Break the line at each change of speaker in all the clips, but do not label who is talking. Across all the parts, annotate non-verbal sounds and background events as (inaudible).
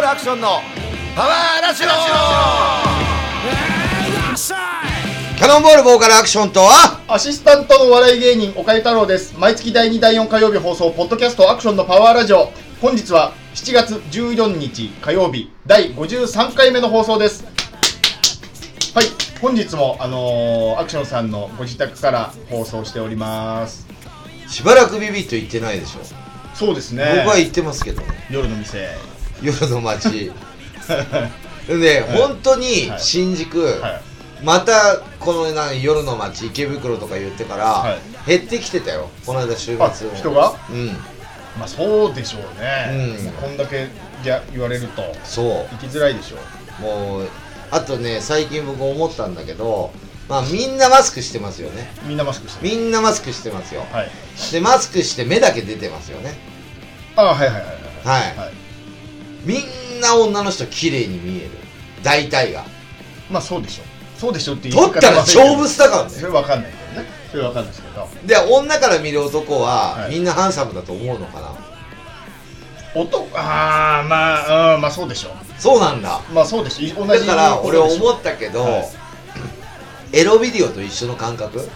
ルアクションのパワーラジオキャノンボールボーカルアクションとは
アシスタントのお笑い芸人岡井太郎です毎月第2第4火曜日放送ポッドキャストアクションのパワーラジオ本日は7月14日火曜日第53回目の放送ですはい本日もあのーアクションさんのご自宅から放送しております
しばらくビビッと行ってないでしょ、
そうですね
僕は行ってますけどね
夜の
(laughs)
店
夜の
(laughs)
街でね、本当に
はい
新宿、
はい
またこのな夜の街池袋とか言ってから、
は
減ってきてたよこの間週末
あ人が
うん
まあそうでしょうね、
うん
もうこんだけじゃ言われると
そう
行きづらいでしょう
もうあとね最近僕思ったんだけどまあみんなマスクしてますよね
みんなマスクしてる
みんなマスクしてますよ
はい
でマスクして目だけ出てますよね
あはいはいはいはい
はい、
はい
みんな女の人綺麗に見える大体が
まあそうでしょうそうでしょうって言い
取
方
ったら勝負
し
したからね
それわかんないけどねそれわかんないですけど
で女から見る男は、
はい
みんなハンサムだと思うのかな
男ああまあうんまあそうでしょ
そうなんだ
うまあそうでしょう同
だ
じ
から俺
ことでしょ
思ったけど、
はい
(clears throat) エロビデオと一緒の感覚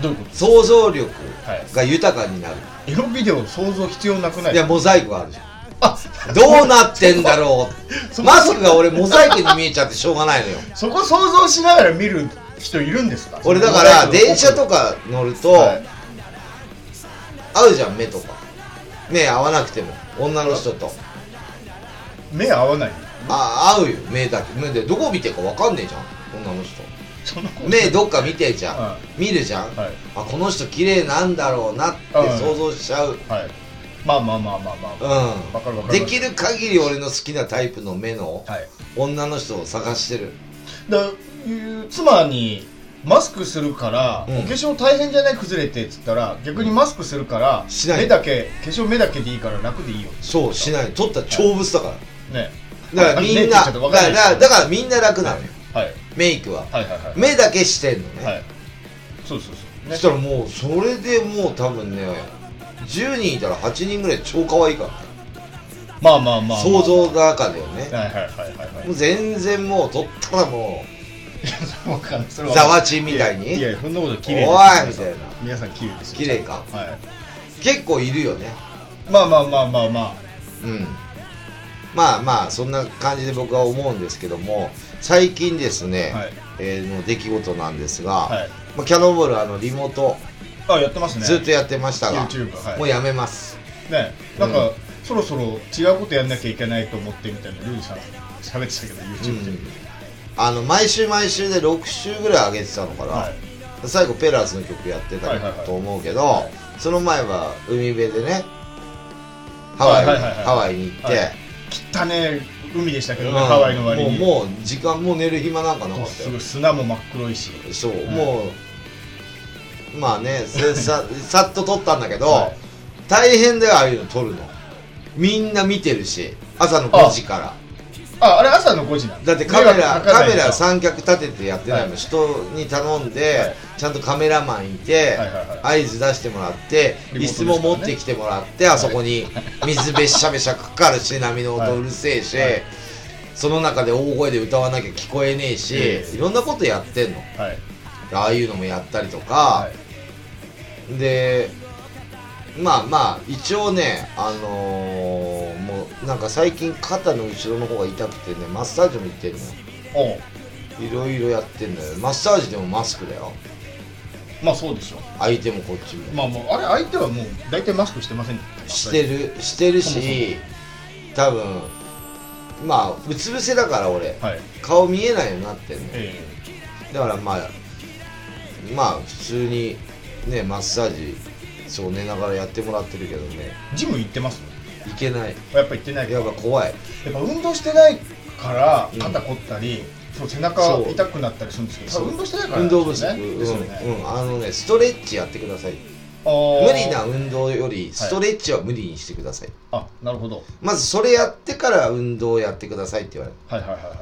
どういうこ
想像力
とはい
が豊かになる、、
エロビデオ想像必要なくないい
やモザイクがあるじゃん
あ
どうなってんだろう
(laughs) そ
マスクが俺モザイクに見えちゃってしょうがないのよ
(laughs) そこ想像しながら見る人いるんですか
俺だから電車とか乗ると
はい
合うじゃん目とか目合わなくても女の人と
目合わない
あ合うよ目だけ目でどこ見てるか分かんねえじゃん女の人
その子
目どっか見てじゃん、
は
見るじゃん、
はい
あこの人綺麗なんだろうなって
はい
想像しちゃう、
はいまあまあまあまあまあわかるわ
うん
かる
できる限り俺の好きなタイプの目の
はい
女の人を探してる
だいう妻にマスクするから、
うん
お化粧大変じゃない崩れてっつったら逆にマスクするから、
しない
目だけ化粧目だけでいいから楽でいいよ
そうしない取ったら長物だから、
ね
だから
あ
み
ね
ん
って
な
ち
だか
ょっとわかんない
ら
です
だからみんな楽なのよ
はい
メイクは
はいはいはい
目だけしてんの
は
ね
いそうそうそう
そ
ね
したらもうそれでもう多分ね10人いたら8人ぐらい超可愛いから
まあまあまあ、まあ、
想像の中だよね
はいはいはいはいはい
もう全然もう取ったらも
わかんないそれ
う (laughs)
は
ざわちみたいに
いやいやそんなこと綺麗です
おいみたいな
皆さん皆さん綺麗ですよ
綺麗か
は
結構いるよね
いまあまあまあまあまあ
うんまあまあそんな感じで僕は思うんですけども最近ですね、
はい
えーの出来事なんですが、
はい
まあ、キャノンボールあのリモート
あやってますね
ずっとやってましたが、
YouTube はい
もうやめます
ねなんか、
う
そろそろ違うことやんなきゃいけないと思ってみたいなルーさん喋ってたけど YouTube で、
うんあの毎週毎週で6週ぐらい上げてたのかな、
はい
最後ペラーズの曲やって
はいはいは
た
い
と思うけど、その前は海辺でねハワイに、
はいはいはいはい
ハワイに行って、
はい汚ね海でしたけどね、
うん
ハワイの割に
もうもう時間もう寝る暇なんかなかった
す
よ
ごい砂も真っ黒いし
そう、
い
もうまあ
(laughs)
ねせささっと撮ったんだけど、
はい
大変だよああいうの撮るのみんな見てるし朝の
あ
5時から
ああれ朝の5時なん
だってカメ
迷惑
ラ
かかん
カ
ない
メラ
ですか
三脚立ててやってないの、
はい
人に頼んで、
はい
ちゃんとカメラマンいて、
はいはい
合図出してもらって
リモート
椅子も持ってきてもらって、あそこに水べっしゃべしゃかかるし波の音うるせえし、
はい
その中で大声で歌わなきゃ聞こえねえし、
ええ
いろんなことやってんの
はい
ああいうのもやったりとか、
はい
でまあまあ一応ねあのーもうなんか最近肩の後ろの方が痛くてねマッサージも行ってるの
おう
いろいろやってんだよマッサージでもマスクだよ
まあそうでしょ
相手もこっちも、
まあもうあれ相手はもう大体マスクしてません
して
る
るしてる
そもそも
し多分まあうつ伏せだから俺
はい
顔見えないようになってんの
え
だからまあまあ普通にねマッサージそう寝ながらやってもらってるけどね
えジム行ってます
いけない
やっぱ行ってないか
やっぱ怖い
やっぱ運動してないから
うん
肩凝ったり、そう背中
そう
痛くなったりするんですけど多分運動してないから
運
なんで
動
す
不
よ
足、
ねですよね、
うん、うん、あのねストレッチやってください
無
無理な運動よりストレッチは無理にしてください、
あなるほど
まずそれやってから運動をやってくださいって言われる
はいはいはいは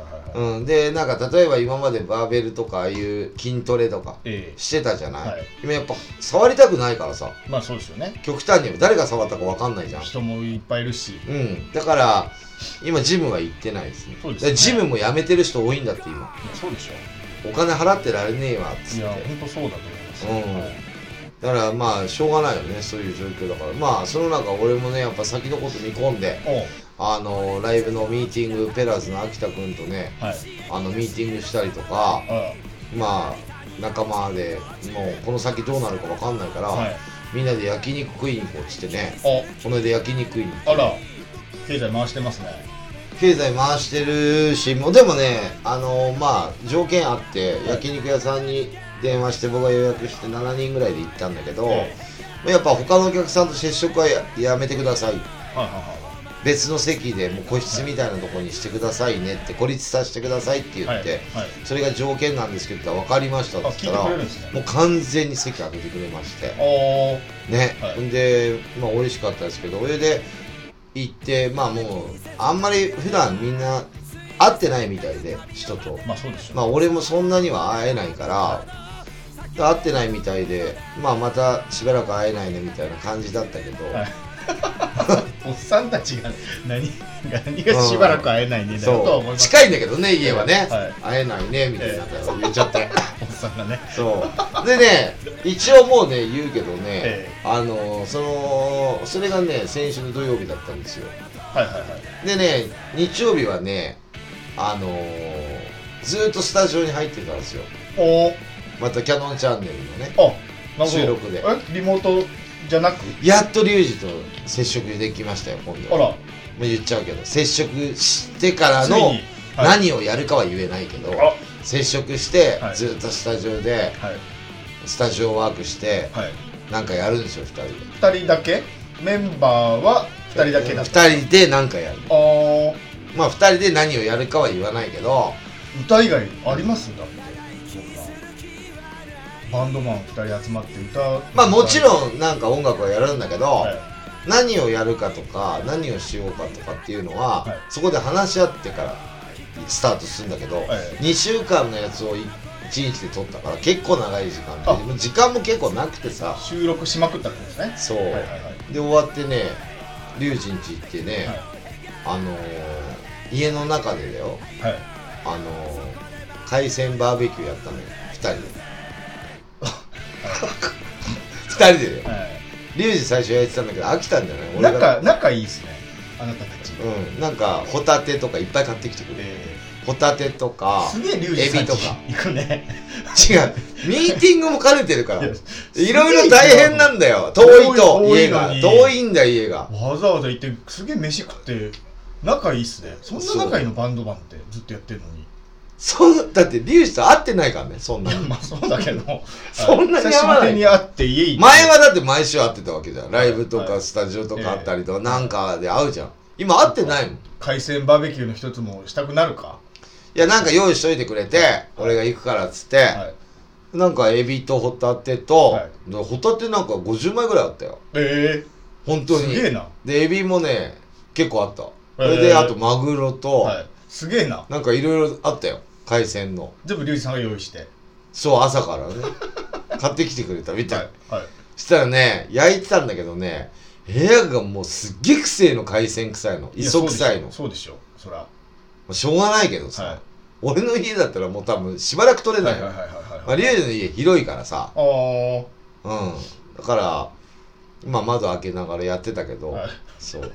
いはい、
うん、でなんか例えば今までバーベルとかああいう筋トレとか
え
してたじゃない、
はい
今やっぱ触りたくないからさ
えまあそうですよね
極端に誰が触ったか分かんないじゃん
人もいっぱいいるし
うんだから今ジムは行ってないですね
そうです
だ
ね
からジムもやめてる人多いんだって今
そうでしょ
お金払ってられねえわっつっ
い
て
や本当そうだと思います、
うん
はい
だからまあしょうがないよねそういう状況だからまあその中俺もねやっぱ先のこと見込んで
おう
あのライブのミーティングペラーズの秋田君とね
はい
あのミーティングしたりとか
あ
まあ仲間でもうこの先どうなるか分かんないから、
はい
みんなで焼肉食いに行こうっつってね
あ
この間焼肉食いに行って
あら経済回してますね
経済回してるしもうでもねあのまあ条件あって焼肉屋さんに電話して僕が予約して7人ぐらいで行ったんだけど、
え
やっぱ他のお客さんと接触はややめてください
はいは
別の席でもう個室みたいなところにしてくださいねって孤立させてくださいって言
いはいは
っ
い
て、
はい
それが条件なんですけど分かりました
あ
って言
聞い
った
てく
ら
れるんですね
もう完全に席開けてくれまして
お
ね、
はい
んでまあ美味しかったですけどお湯で行ってまあもうあんまり普段みんな会ってないみたいで人と
まあそうでしょう、
まあ俺もそんなには会えないから、会ってないみたいでまあまたしばらく会えないねみたいな感じだったけど、
はい (laughs) おっさんたちが何が何がしばらく会えないねだよとは思い
そう
ますけど
近いんだけどね家はね、
はい
会えないねみたいなこと言っちゃって、
おっさんがね
そうでね一応もうね言うけどね、
ええ
あのそのそれがね先週の土曜日だったんですよ
はいはいはい
でね日曜日はねあのーずーっとスタジオに入ってたんですよ
おー
またキャノンチャンネルのね
あなるほど
収録で
えリモートじゃなく
やっとリュウジと接触できましたよ今度
あ
もう
ら
言っちゃうけど接触してから
つい
の
にはい
何をやるかは言えないけど、
あ
接触して
はい
ずーっとスタジオで
はい
スタジオワークして
はい
なんかやるんですよ2人で
2人だけメンバーは2人だけだったあ
2人でなんかやる
ー
まあ2人で何をやるかは言わないけど
歌以外ありますだってそんなバンドマン2人集まって歌
まあもち
ん
ろんなんか音楽はやるんだけど、
はい
何をやるかとか何をしようかとかっていうのは、
はい
そこで話し合ってからスタートするんだけど、
はい
2週間のやつを1日で撮ったから結構長い時間
あ
でもう時間も結構なくてさ
収録しまくったってことです
そ
ね
う、
はいはいはいはい
で終わってね龍神寺行ってね、あのー家の中でだよ
はい
あのー海鮮バーベキューやったのよ2人で2
(laughs)
人でだよ
はい
龍神最初やってたんだけど飽きたんじゃない俺が
仲仲いいですねあなたたち、
うん、なんかホタテとかいっぱい買ってきてくれる
え
ホタテとか
ー、すげえリュウジさん
エビとか
行くね
違うミーティングも兼ねてるから
い
い
や
ろいろ大変なんだよ遠いと
遠い
家が
遠いのに
遠いんだよ家が
わざわざ行ってすげえ飯食って仲いいっすねそんな仲いいのバンドマンってずっとやってるのに
そうだってリュウジと会ってないからねそん
い
な
や
に
(laughs) まあそうだけど
(laughs) そんなに
久
合
し
わ
ぶ
ない
りに会って家行って
前はだって毎週会ってたわけじゃんライブと
は
か
い
スタジオとかあったりとかなんかで会うじゃん今会ってないもんい
海鮮バーベキューの一つもしたくなるか
やなんか用意しといてくれて俺が行くからっつって
はい
なんかエビとホタテと
は
でホタテなんか50枚ぐらいあったよ
え
本
え
当
す
に
げえな、
でエビもね結構あったそ
えー
れであとマグロと、
はい、すげえな
なんかいろいろあったよ海鮮の
全部リュウジさんが用意して
そう朝から
(laughs)
ね買ってきてくれたみたい、
はい、はい、
したらね焼いてたんだけどね部屋がもうすっげえ臭いの海鮮臭いの
や
磯臭いのも
そうでしょそうでしょそらは
うしょうがないけどさ、
い
俺の家だったらもう多分しばらく取れ
は
ないい
はい
よ、
はいはい
まあ、
はい
リュウジの家広いからさ
あー
うんだからまあ窓開けながらやってたけど、
はい
そう。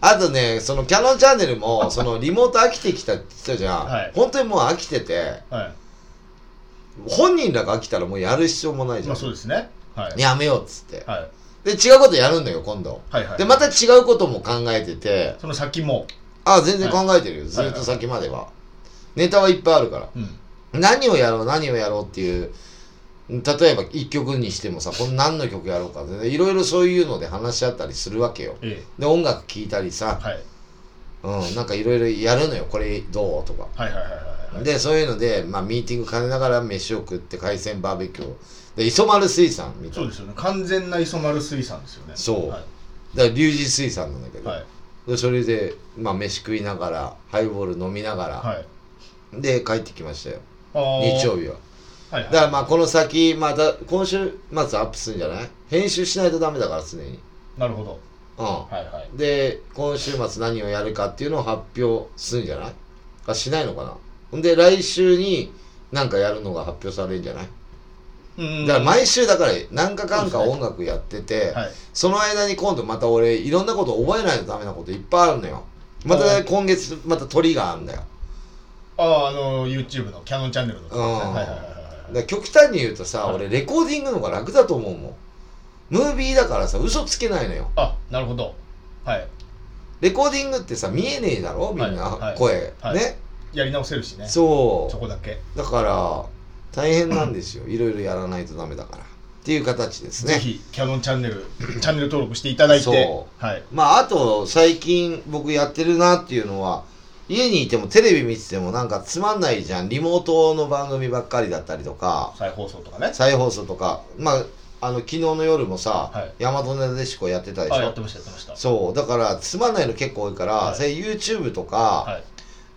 あとね、そのキャノンチャンネルも、そのリモート飽きてきたって言ってたじゃん。
はい
本当にもう飽きてて、
は
本人らが飽きたらもうやる必要もない
い
じゃ
まあ
ん。
そうですねはい
やめようっつって。
はい
で、違うことやるんだよ、今度。
はいはい
で、また違うことも考えてて、
その先も
あ、全然考えてるよ、ず
はい
っと先までは。ネタはいっぱいあるから。
うん
何をやろう、何をやろうっていう、例えば1曲にして
(laughs)
もさ、この何の曲やろうかって、いろいろそういうので話し合ったりするわけよ。
え
で、音楽聴いたりさ
え、はい
うん、なんかいろいろやるのよこれどうとか
はいはいはいはいはい
でそういうので、まあ、ミーティング兼ねながら飯を食って海鮮バーベキューでで磯丸水産みた
そ
いうな
ですよね完全な磯丸水産ですよね
そうだ
は
から龍二水産なんだけ
い
ど、
はい
でそれで、まあ、飯食いながらハイボール飲みながら、
はい
で帰ってきましたよ
あー
日曜日は
はい
だ
は
か
い
らまあこの先また今週末アップするんじゃない編集しないとダメだから常に
なるほど
うん、
はいはい
で今週末何をやるかっていうのを発表するんじゃないあしないのかなほんで来週に何かやるのが発表されるんじゃない、
うん
だから毎週だから何かかんか
そうですね
音楽やっててそ,、
はい
の間に今度また俺いろんなこと覚えないとダメなこといっぱいあるのよまた
お
今月またトリガーあるんだよ
あああの YouTube のキャノンチャンネルのとこですね
うん
はいはいはい
だ
はい
から極端に言うとさ、
はい
俺レコーディングの方が楽だと思うもんムービーだからさ嘘つけないのよ
あなるほどはい
レコーディングってさ見えねえだろみんな、
はいはい
声、
はい
ね
やり直せるしね
そう
そこだけ
だから大変なんです
(clears throat)
よいろいろやらないとダメだからっていう形です
ぜ
ね
ひキャノンチャンネルチャンネル登録していただいて
そ
はい
まああと最近僕やってるなっていうのは家にいてもテレビ見ててもなんかつまんないじゃんリモートの番組ばっかりだったりとか
再放送とかね
再放送とかまああの昨日の夜もさ、
はい
大和なでしこやってたでしょ、
あやってましたやってました
そうだからつまんないの結構多いから、
はい
それ YouTube とか、
はい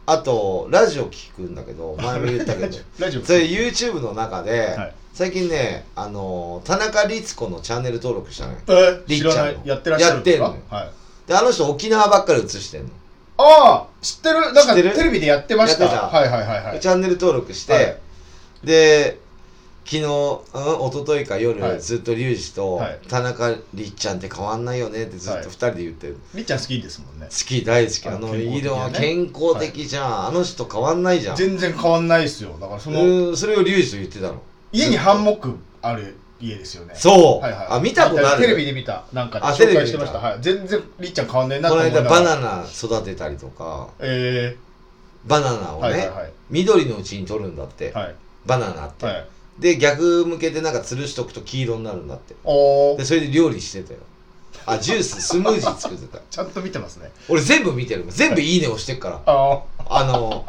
あとラジオ聞くんだけ
(laughs)
ど前も言ったけど
ラジオ
それ YouTube の中で、
はい
最近ねあの田中律子のチャンネル登録したのよ
え
りっ
知
ちゃん
らないやってらっしゃるんですか
やってん
はい
であの人沖縄ばっかり映してんの、
ああ知ってるなん
知っ
か
てる
テレビでやってました
やってた
はいはいはいはい
チャンネル登録して、
はい
で昨日、うん、一昨日か夜、
はい
ずっとリュウジと、
はい
田中律ちゃんって変わんないよねってずっ
はい
と二人で言ってる、
りっちゃん好きですもんね
好き大好き
あ
あの
健康的
色は
だね
健康的じゃん、あの人変わんないじゃん
全然変わんないですよだからその
うんそれをリュウジと言ってたの
家にハンモックある家ですよね
そう、
はいはい
あ見たことある
テレビで見たなんか
あ
紹介し
テレビで
てまし
見
た
た
はい全然りっちゃん変わんねえな
この間バ
ナ
ナナ育てたりとか
え
バナナ
ー
をね、
はいはいはい
緑のうちに取るんだって、
はい
バナナって、
はい
で逆向けてなんか吊るしとくと黄色になるんだって
お
で
ー
それで料理してたよあジュース (laughs) スムージー作ってた
ちゃんと見てますね
俺全部見てるもん全部いいね押してっから
あ
あの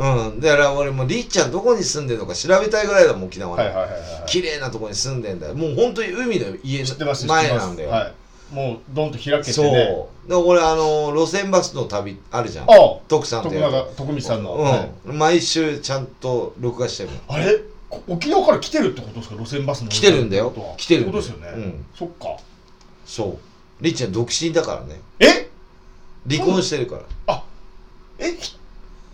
うんだから俺もりっちゃんどこに住んでるのか調べたいぐらいだもん沖
あ
縄
はい
の、
はいはいはい
綺麗なとこに住んでんだよもう本当に海の家
知ってます
の
知ってま
前
す
なんだよ、
はいもうドンと開けて
そう
ね
で俺あの路線バスの旅あるじゃん
ああ
徳さん
徳
とや
永
る
徳光さんの、
うん、
はい
毎週ちゃんと録画してるもん
あれこ沖縄から来てるってことですか路線バスの
来てるんだよ
ってことは
来てるん
って
だよ
ことですよね、
うん
そっか
そうりっちゃん独身だからね
え
離婚してるから
えひ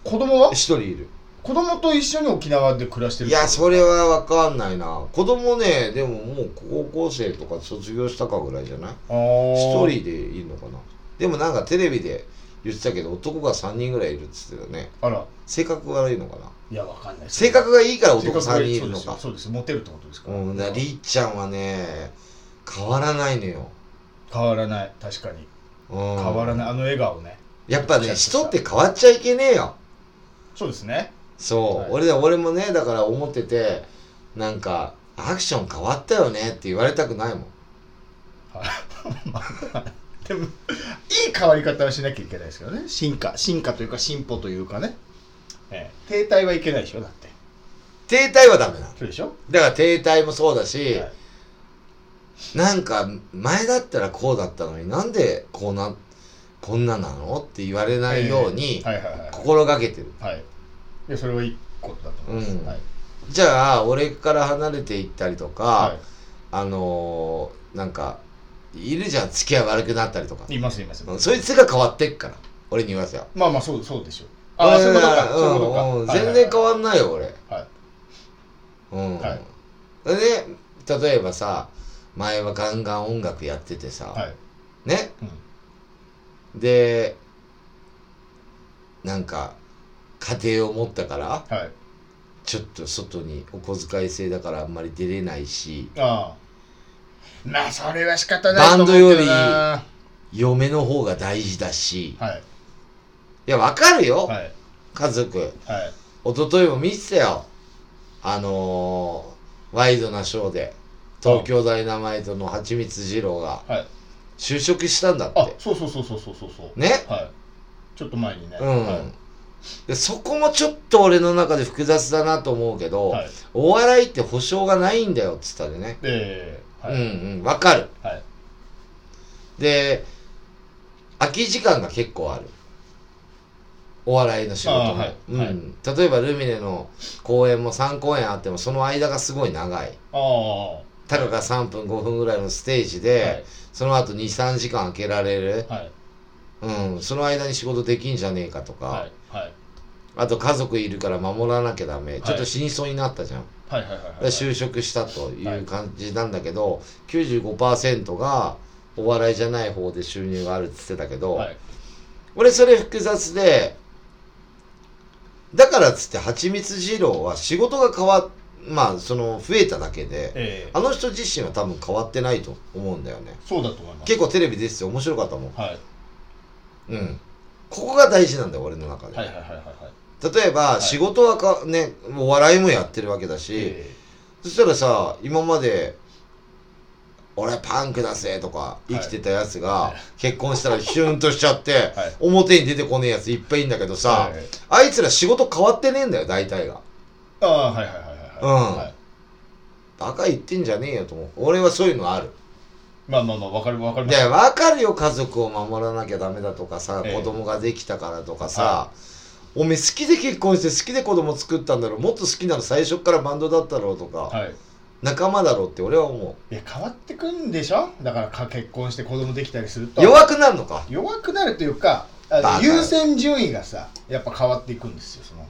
子供は
一人いる
子供と一緒に沖縄で暮らしてる
いやそ
れ
れは分かんないな子供ねでももう高校生とか卒業したかぐらいじゃない一
一
人でいるのかなでもなんかテレビで言ってたけど男が3人ぐらいいるっつってたね
あら
性格悪いのかない
やわかんない
性格がいいから
性
男
格
3
が
人
いい
い
そ
る
うで
の
すよ
か
そうですモテるってことですか
う
ら、
んだからりっちゃんはね変わらないのよ、
変わらない確かに
うん、
変わらないあの笑顔ね
やっぱね人って変わっちゃいけねえよ
そうですね
そう、
はい
俺だ俺もねだから思っててなんかアクション変わったよねって言われたくないもん
でもいい (laughs) 変わり方はしなきゃいけないですけどね進化進化というか進歩というかね、ええ、停滞はいけないでしょだって
停滞はダメなの
そうでしょ、
だから停滞もそうだし、
はい
なんか前だったらこうだったのになんでこうなこんななのって言われないように
はいはいはいはい
心がけてる、
はい。で、それはいいことだと思います。
うん
はい。
じゃあ俺から離れていったりとか、
は
あのーなんかいるじゃん付き合い悪くなったりとか
い。います、います。
うんそいつが変わってっから俺に言わせよ
まあまあ、そう、そうでしょう。ああ、そういうことか。そういうことか。
んん全然変わ
ん
んないよ俺
はい。
うん、
は
で例えばさ前はガンガン音楽やっててさ、
はい。
ね、でなんか家庭を持ったから
はい。
ちょっと外にお小遣い制だからあんまり出れないし
ああ。まあ、それは仕方ないと思うけどな。
バンドより嫁の方が大事だし
はい。
いやわかるよ、
はい。
家族
はい。
一昨日も見てたよあのーワイドなショーで東京ダイナマイトの蜂蜜二郎が
はい。
就職したんだっ
あ
て、
そうそうそうそうそうそうそう。
ね
はい。ちょっと前にね。
うん、
はい
でそこもちょっと俺の中で複雑だなと思うけど、
はい。
お笑いって保証がないんだよっつったでね、
ええはい。
うんうんわかる
はい。
で空き時間が結構あるお笑いの仕事
あ
も、
ーはい
うん
はい
例えばルミネの公演も3公演あってもその間がすごい長い
ああ。は
たかが3分5分ぐらいのステージ
い
で、。その後23時間空けられる、
はい。
うん、その間に仕事できんじゃねえかとか、
はい。はい。
あと家族いるから守らなきゃダメ、
い
ちょっと死にそうになったじゃん、
はい。はい。はい。
で就職したという感じなんだけど、95%がお笑いじゃない方で収入があるって言ってたけど、
はい。
俺それ複雑でだからっつって蜂蜜二郎は仕事が変わっまあその増えただけで
ええ
あの人自身は多分変わってないと思うんだよね
そうだと思います。
結構テレビ出てて面白かったもん
はい。
うんここが大事なんだよ俺の中で、
はい。はい。はい。はい。はい。
例えば、
い
仕事はかねお笑いもやってるわけだし、
え
そしたらさ今まで「俺パンクだぜ」とか
い
生きてたやつが、
はい
結婚したらヒュンとしちゃって、
はい
表に出てこねえやついっぱいいんだけど
え
さ、
はい
あいつら仕事変わってねえんだよ大体が
ああ、はい。はい。はい。はい。
うん
はい。
バカ言ってんじゃねえよと思う俺はそういうのある
まあまあまあ、わかるわかりま。
ですわかるよ家族を守らなきゃダメだとかさ、
ええ
子供ができたからとかさ、おめえ好きで結婚して好きで子供作ったんだろもっと好きなの最初からバンドだったろうとか、
はい。
仲間だろうって俺は思
いや、変わってくんでしょだからか、結婚して子供できたりする
う
と。
弱くなるのか
弱くなるというかあ
バカ
優先順位がさやっぱ変わっていくんですよその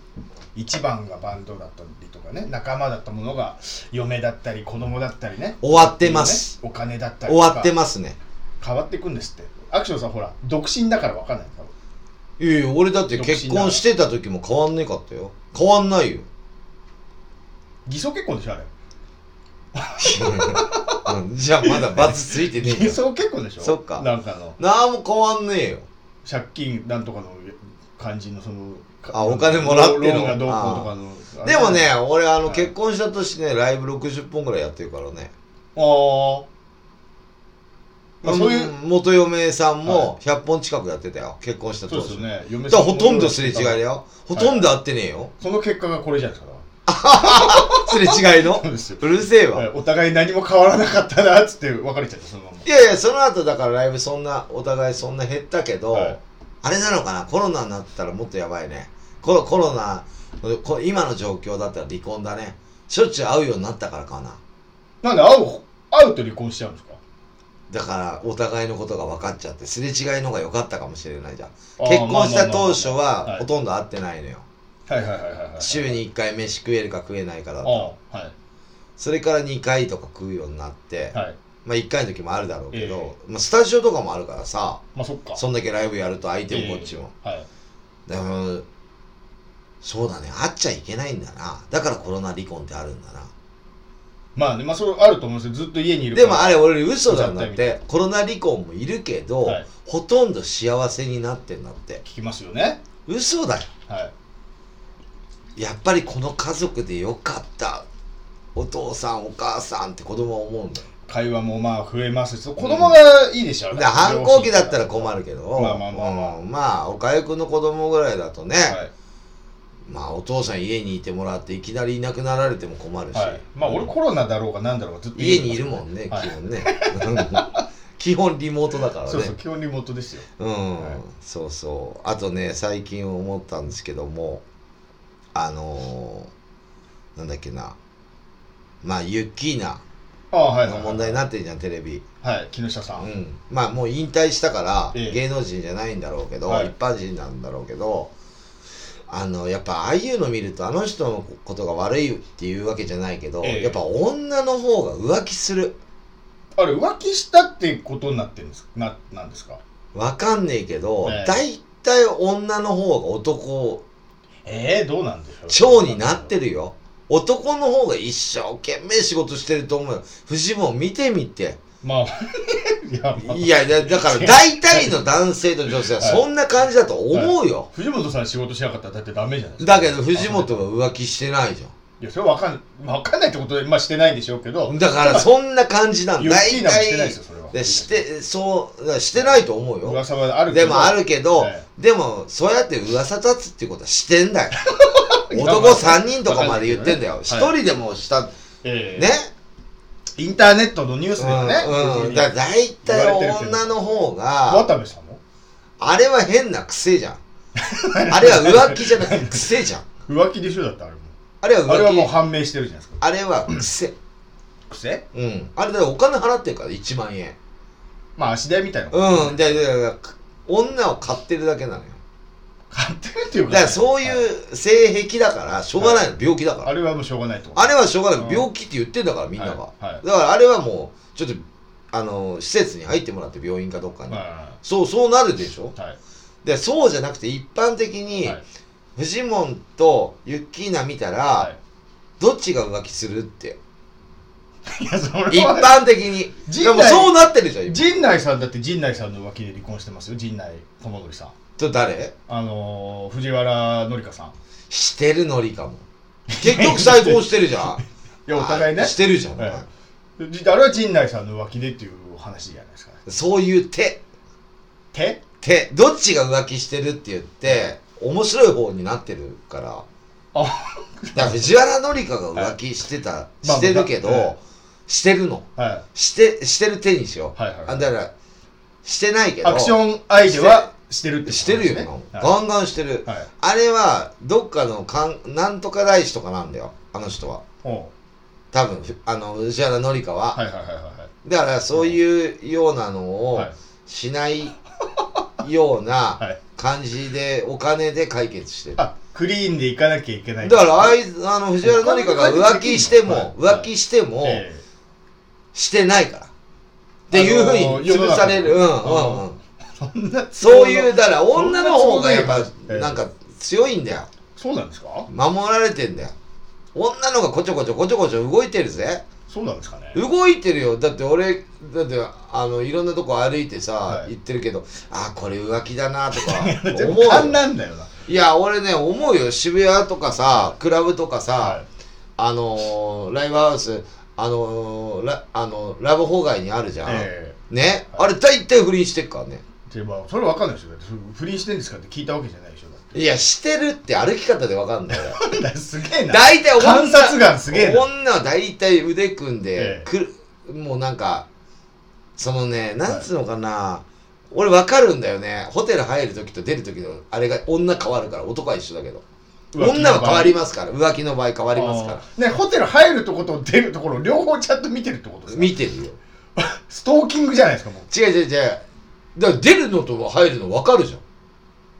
1番がバンドだったりとかね仲間だったものが嫁だったり子供だったりね
終わってます、
ねお金だったり
終
とか
わってますね
変わっていくんですってアクションさんほら独身だから分かんない多分
いやいや俺だって結婚してた時も変わんねえかったよ変わんないよ (laughs)
偽装結婚でしょあれ
うんじゃあまだ罰ついてねえ
偽
じゃん
装結婚でしょ
そっか
なんかの
何も変わんねえよ
借金なんとかの感じのそのか
あお金もらっての
ローンがどうこうとかのあれ
でもね俺あの
はい
結婚した年ねライブ60本ぐらいやってるからね
ああ、まあ、そういう、
ん元嫁さんも100本近くやってたよ結婚した
そう
当
です
時
よね。嫁
だ
さ
か
ん
らほとんどすれ違いだ。よほとんど会ってねえよ
その結果がこれじゃないですか。
すれ違いの
そうですよ。
うるせえわ
お互い何も変わらなかったなっつって別れちゃったそのまま
い。やいや、その後だからライブそんな、お互いそんな減ったけど、
はい
あれなのかな、コロナになったらもっとやばいね。コロコロナ、こ今の状況だったら離婚だね。しょっちゅう会うようになったからかな。
なんで会う会うと離婚しちゃうんですか。
だから、お互いのことが分かっちゃって、すれ違いの方が良かったかもしれないじゃん。
あー
結婚した当初
まあまあまあ
は、
はい
ほとんど会ってないのよ。
はいはいはいはいはい。
週に1回飯食えるか食えないかだ
あ
った。
あは
それから2回とか食うようになって
い、はい。
まあ1回の時もあるだろうけど、まあスタジオとかもあるからさ、
まあそっか。
そんだけライブやると相手もこっちも。
ええはい。
でもそうだね会っちゃいけないんだなだからコロナ離婚ってあるんだな
まあねまあそれあると思うんですよ。ずっと家にいるか
で
ら。
もあれ俺嘘なんだっ
絶対
てコロナ離婚もいるけど、
はい
ほとんど幸せになってんだって
聞きますよね。
嘘だよ
はい。
やっぱりこの家族でよかったお父さんお母さんって子供は思うんだよ
会話もまあ増えますし、子供がいいでしょ。
で反抗期だったら困るけど
まあまあまあまあ
うんまあおかゆくんの子供ぐらいだとね、
はい。
まあお父さん家にいてもらっていきなりいなくなられても困るし、
はい。まあ俺コロナだろうがなんだろうがずっと
家にいるもんね、
はい
基本ね (laughs) 基本リモートだからね
そうそう基本リモートですよ。
うん、
はい
そうそうあとね最近思ったんですけどもあのーなんだっけなまあユッキーナ
ああはいはい
の
はい。
問題になってんじゃんテレビ、
はい、木下さん。
うん、まあもう引退したから
ええ
芸能人じゃないんだろうけど、
はい
一般人なんだろうけどあのやっぱああいうの見るとあの人のことが悪いっていうわけじゃないけど、
ええ
やっぱ女の方が浮気する
あれ、浮気したってことになってるんですな、なんですか
わかんねえけど、
ええ
大体女の方が男
ええどうなんでしょう
長になってるよ男の方が一生懸命仕事してると思うよフジモン見てみ
(laughs)
て
まあ、いや、まあ
いやだだから大体の男性と女性はそんな感じだと思うよ、
藤本さん仕事しなかったらだってダメじゃないですか。
だけど藤本が浮気してないじゃ
いや、それはわかん、わかんないってことで、まあしてないんでしょうけど、
(laughs) んだからそんな感じなん
ユ
だ
ッキ
大
ーナもしてない
体
ですよ、それは。
でしてそうだからしてないと思うよ
噂はあるけ
で
ど
もあるけど、
え
でもそうやって噂立つっていうことはしてんだ
(laughs)
よ
いやまあ
男3人とかまで言ってんだよ
わ
一、
かんない
人でもしたね、
ええインターネットのニュースではね、
うんうん、
別
だ
に
だい
言
たい
われてるけど
女の方が
渡部さんも
あれは変な癖
(laughs)
じゃんあれは浮気じゃなくて癖じゃん
浮気でしょだってあれも
あれは浮気
あれはもう判明してるじゃないですか
あれは癖
癖
うんあれだってお金払ってるから1万円
まあ足代みたいなの
うんででで女を買ってるだけなのよ
買ってるっていう
だ
か
からそう
う
いう性癖だからしょうがないの、病気だから
あれはもうしょうがないと
あれはしょうがな
うん
い。病気って言ってんだから、みんなが。
はいはい
だから、あれはもう、ちょっと、あの、施設に入ってもらって、病院かどっかに。
は
そう、そうなるでしょ
いはい
で、そうじゃなくて、一般的に、
はい
フジモンとユッキーナ見たら、
は
どっちが浮気するっ
(laughs)
て。
いいやそれ
一
は
般的に。
陣内
でも、そうなってるじゃん、今。
陣内さんだって陣内さんの浮気で離婚してますよ陣内智則さん
と誰
あのー、藤原紀香さんい
してるノリかも。結局、再婚してるじゃん。
やお (laughs) 互いね
あしてるじゃん。
はいじあれは陣内さんの浮気でっていうお話じゃないですか
そういう手。
手
手。どっちが浮気してるって言って、面白い方になってるから。
あ
だから藤原紀香が浮気してた、
(laughs) まあ
してるけど、
まあえ
してるの
は
してしてる手にしよ
いはいは
う、
い
あだからしてないけど
アクション相手はしてるって
してるよ、
は
ガンガンしてる、
い、はい
あれはどっかのかんなんとか大師とかなんだよあの人は
おう
多分ふあの藤原紀香は、
はいはいはいは
だからそういうようなの
い
を
はい
しないよう
(laughs)
な
はい
感じでお金で解決してる
あクリーンでいかなきゃいけない
だからあいあの藤原紀香が浮気しても
はい
浮気しても、
ええ
してないから。っていうふうに潰される。う
あの
ん
世
う
の中の
んうん。
そんな
そういう、だから女の方がやっぱ
そんな都合のいい話え、え
なんか強いんだよ。
そうなんですか
守られてんだよ。女の方がこちょこちょこちょこちょ動いてるぜ。
そうなんですかね
動いてるよ。だって俺、だってあの、いろんなとこ歩いてさ、
はい
行ってるけど、あ、これ浮気だなとか
(laughs) 全
思
部勘
うよ。
なんだよな、
いや、俺ね、思うよ。渋谷とかさ、クラブとかさ、
は
あのーライブハウス、あのーラ、あのラブホ街にあるじ
い
ゃん。
え
ね、
は
あれ大体不倫してっからね
えでまあそれわかんないでしょだってそれ不倫してんですかって聞いたわけじゃないでしょだ
いやしてるって歩き方でわかんないよ
ってなんだ (laughs) すげえな
大体女
観察眼すげえな
女は大体腕組んで
ええ、
くるもうなんかそのねなんつうのかな、俺わかるんだよねホテル入る時と出る時のあれが女変わるから男は一緒だけど女は変わりますから浮気の場合変わりますから
らねホテル入るとこと出るところ両方ちゃんと見てるってことですか
見てるよ
ストーキングじゃないですかもう
違う違う違うだから出るのと入るの分かるじゃん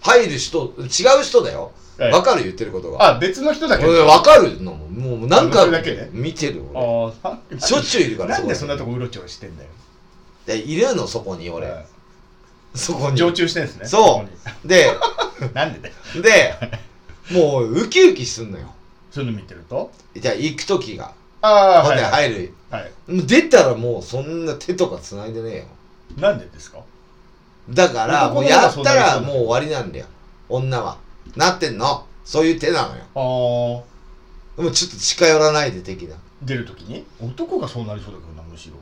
入る人違う人だよ
ええ
分かる言ってることが
あ別の人だけ
俺わかるのもうもうなん
そ
か
れだけで
見てる俺
ああなん
しょっちゅういるから
なんで
こ
そん
に
なとこうろちょろしてんだよ
でいるのそこに俺、
はい
そこに
常駐してんですね
そうで
ここになんでだよ
でもうウキウキすんのよ
そういうの見てると
じゃあ行く時が
ああ
ほん
は
で
いはい、
入る、
はい、
もう出たらもうそんな手とか繋いでねえよ
なんでですか
だからも
男
う
の方
や
が
っ
そんな
た
に
らもう終わりなんだよ女はなってんのそういう手なのよ
ああ
もうちょっと近寄らないで的な
出るときに男がそうなりそうだけどなむしろ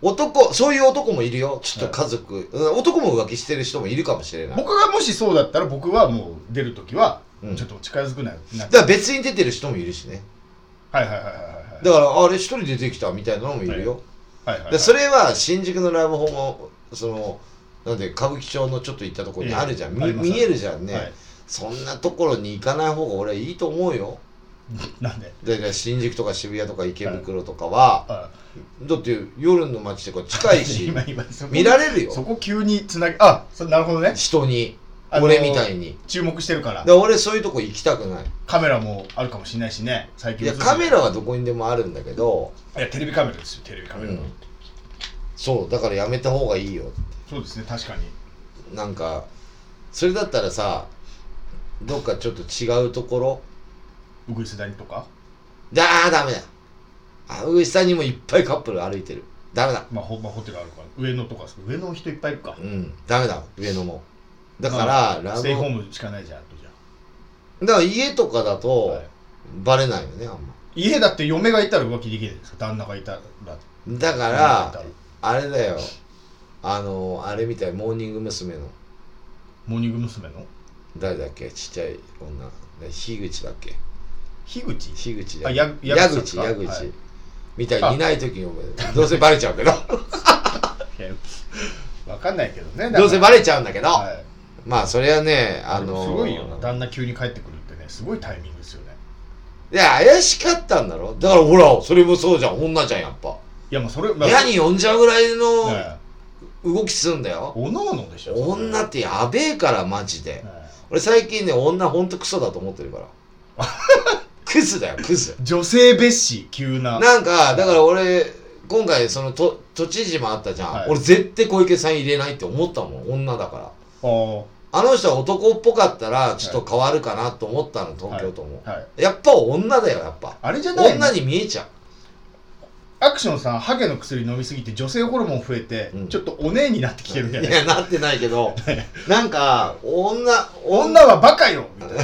男そういう男もいるよちょっと家族、うん男も浮気してる人もいるかもしれない
僕がもしそうだったら僕はもう出るときは
うん
ちょっと近づくなよ、なん
だ
か
から別に出てる人もいるしね
はいはいはいはいはい
だからあれ一人出てきたみたいなのもいるよ、
はいはい
でそれは新宿のライブホもそのなんで歌舞伎町のちょっと行ったところにあるじゃん、
ええ
み
あります
見えるじゃんね、
はい
そんなところに行かない方が俺はいいと思うよ
なんで
だから新宿とか渋谷とか池袋とかは、
あ
だって夜の街とか近いし
(laughs) 今今そこ
見られるよ
そこ急につなげあそなるほどね
人に
あのー
俺みたいに、
注目してるから
で俺そういうとこ行きたくない
カメラもあるかもしれないしね最
い
近
や
映ってる
カメラはどこにでもあるんだけど
いやテレビカメラですよテレビカメラ、
うんそうだからやめた方がいいよ
そうですね確かに
なんかそれだったらさどっかちょっと違うところ
うぐいす谷とか
だあダメだあ上下にもいっぱいカップル歩いてるダメだ
まあ、ほまあ、ホテルあるから上野とかですけど上野人いっぱいいるか
うんダメだ上野もだから、ラブ
ステイホームしかないじゃんあとじゃ
だから家とかだと、
はい
バレないよねあんま
家だって嫁がいたら浮気できるじゃないですか旦那がいたら
だか
旦那がい
ら
たら
あれだよあのあれみたいモーニング娘。の
モーニング娘。の
誰だっけちっちゃい女樋口だっけ
樋口
樋口
あ
だ
や
矢
矢口
口
か
矢口、
はい
みたいにいない時に覚えてるどうせバレちゃうけ
(laughs)
ど
いやわかんないけどねだから
どうせバレちゃうんだけど、
はい
まあそれはねあ
あ
の
のすごいよな旦那急に帰ってくるってねすごいタイミングですよね
いや怪しかったんだろだからほらそれもそうじゃん女じゃんやっぱ
いやもうそれまあ
嫌に呼んじゃうぐらいの
ね
動きすんだよ、
おのおのでしょそれ
女ってやべえからマジで、
ね
俺最近ね女ほんとクソだと思ってるから
(laughs)
クズだよクズ
女性蔑視急な
なんかだから俺今回そのと都知事もあったじゃん、
はい
俺絶対小池さん入れないって思ったもん女だから
あー
あの人は男っぽかったらちょっと変わるかなと思ったの東京都も、
はい
やっぱ女だよやっぱ
あれじゃないの
女に見えちゃう
アクションさんハゲの薬飲みすぎて女性ホルモン増えて、
うん
ちょっとお姉になってきてる
い
じゃない
やなってないけ
(laughs)
どなんか女 (laughs)
女はバカよみたい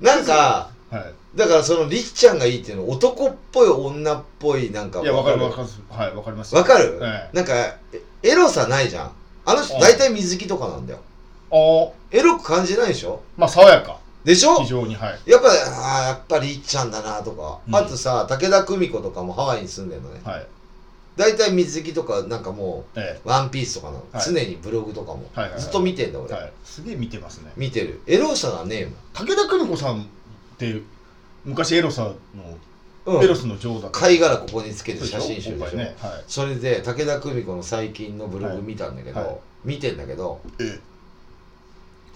なんか
な、はい
だからそのりっちゃんがいいっていうの男っぽい女っぽいなんか
いや、わかるわかる。はい、わかります。
わかる、
ええ
なんかえエロさないじゃんあの人大体水着とかなんだよ
あー
エロく感じないでしょ
まあ、爽やか。
でしょ
非常に、はい。
やっぱあーやっぱりいっちゃんだなとか、
うん
あとさ武田久美子とかもハワイに住んでるのね
はい。
大体水着とかなんかも
え
うワンピースとかなの、
はい
常にブログとかも、
はいはいはい
ずっと見てんだ
え
俺、
はい。すげえ見てますね。
見てるエロさがねえ
武田久美子さんって、昔エロさの、
もん、うん、
エロスの女王だった。
貝殻ここにつけて
そうでし
写
ょ
真集でし
今
ょ
回ね。はい。
それで武田久美子の最近のブロ
は
グ
い
見たんだけど、
はい
見てんだけど
え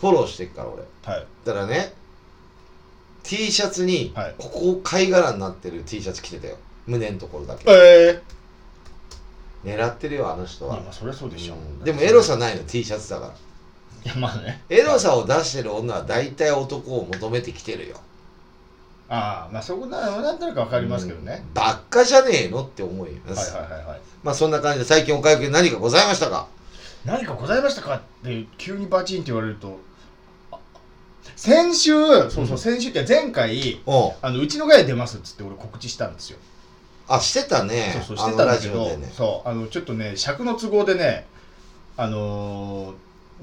フォローしてっから俺
えはい。
だからね T シャツに
はい
ここ貝殻になってる T シャツ着てたよ胸のところだけ
え
狙ってるよあの人
ー、
は、
まあ、そりゃそうでしょ
う
う。
んでもエロさないの T シャツだから
いや、まあね。
エロさを出してる女は大体男を求めてきてるよ
ああ、まあ、そこな、なんとなくわかりますけどね。
うんばっかじゃねえのって思うよ、
はいはいはいはい。
まあそんな感じで最近おかゆくん何かございましたか
何かございましたかって急にバチンって言われるとあ先週そう
う
そうん先週って前回
うん
あのうちのガヤ出ますっつって俺告知したんですよ、
あしてたね
そうそうしてたんだけ
あの
ど
ラジオでね
そうあのちょっとね尺の都合でねあのー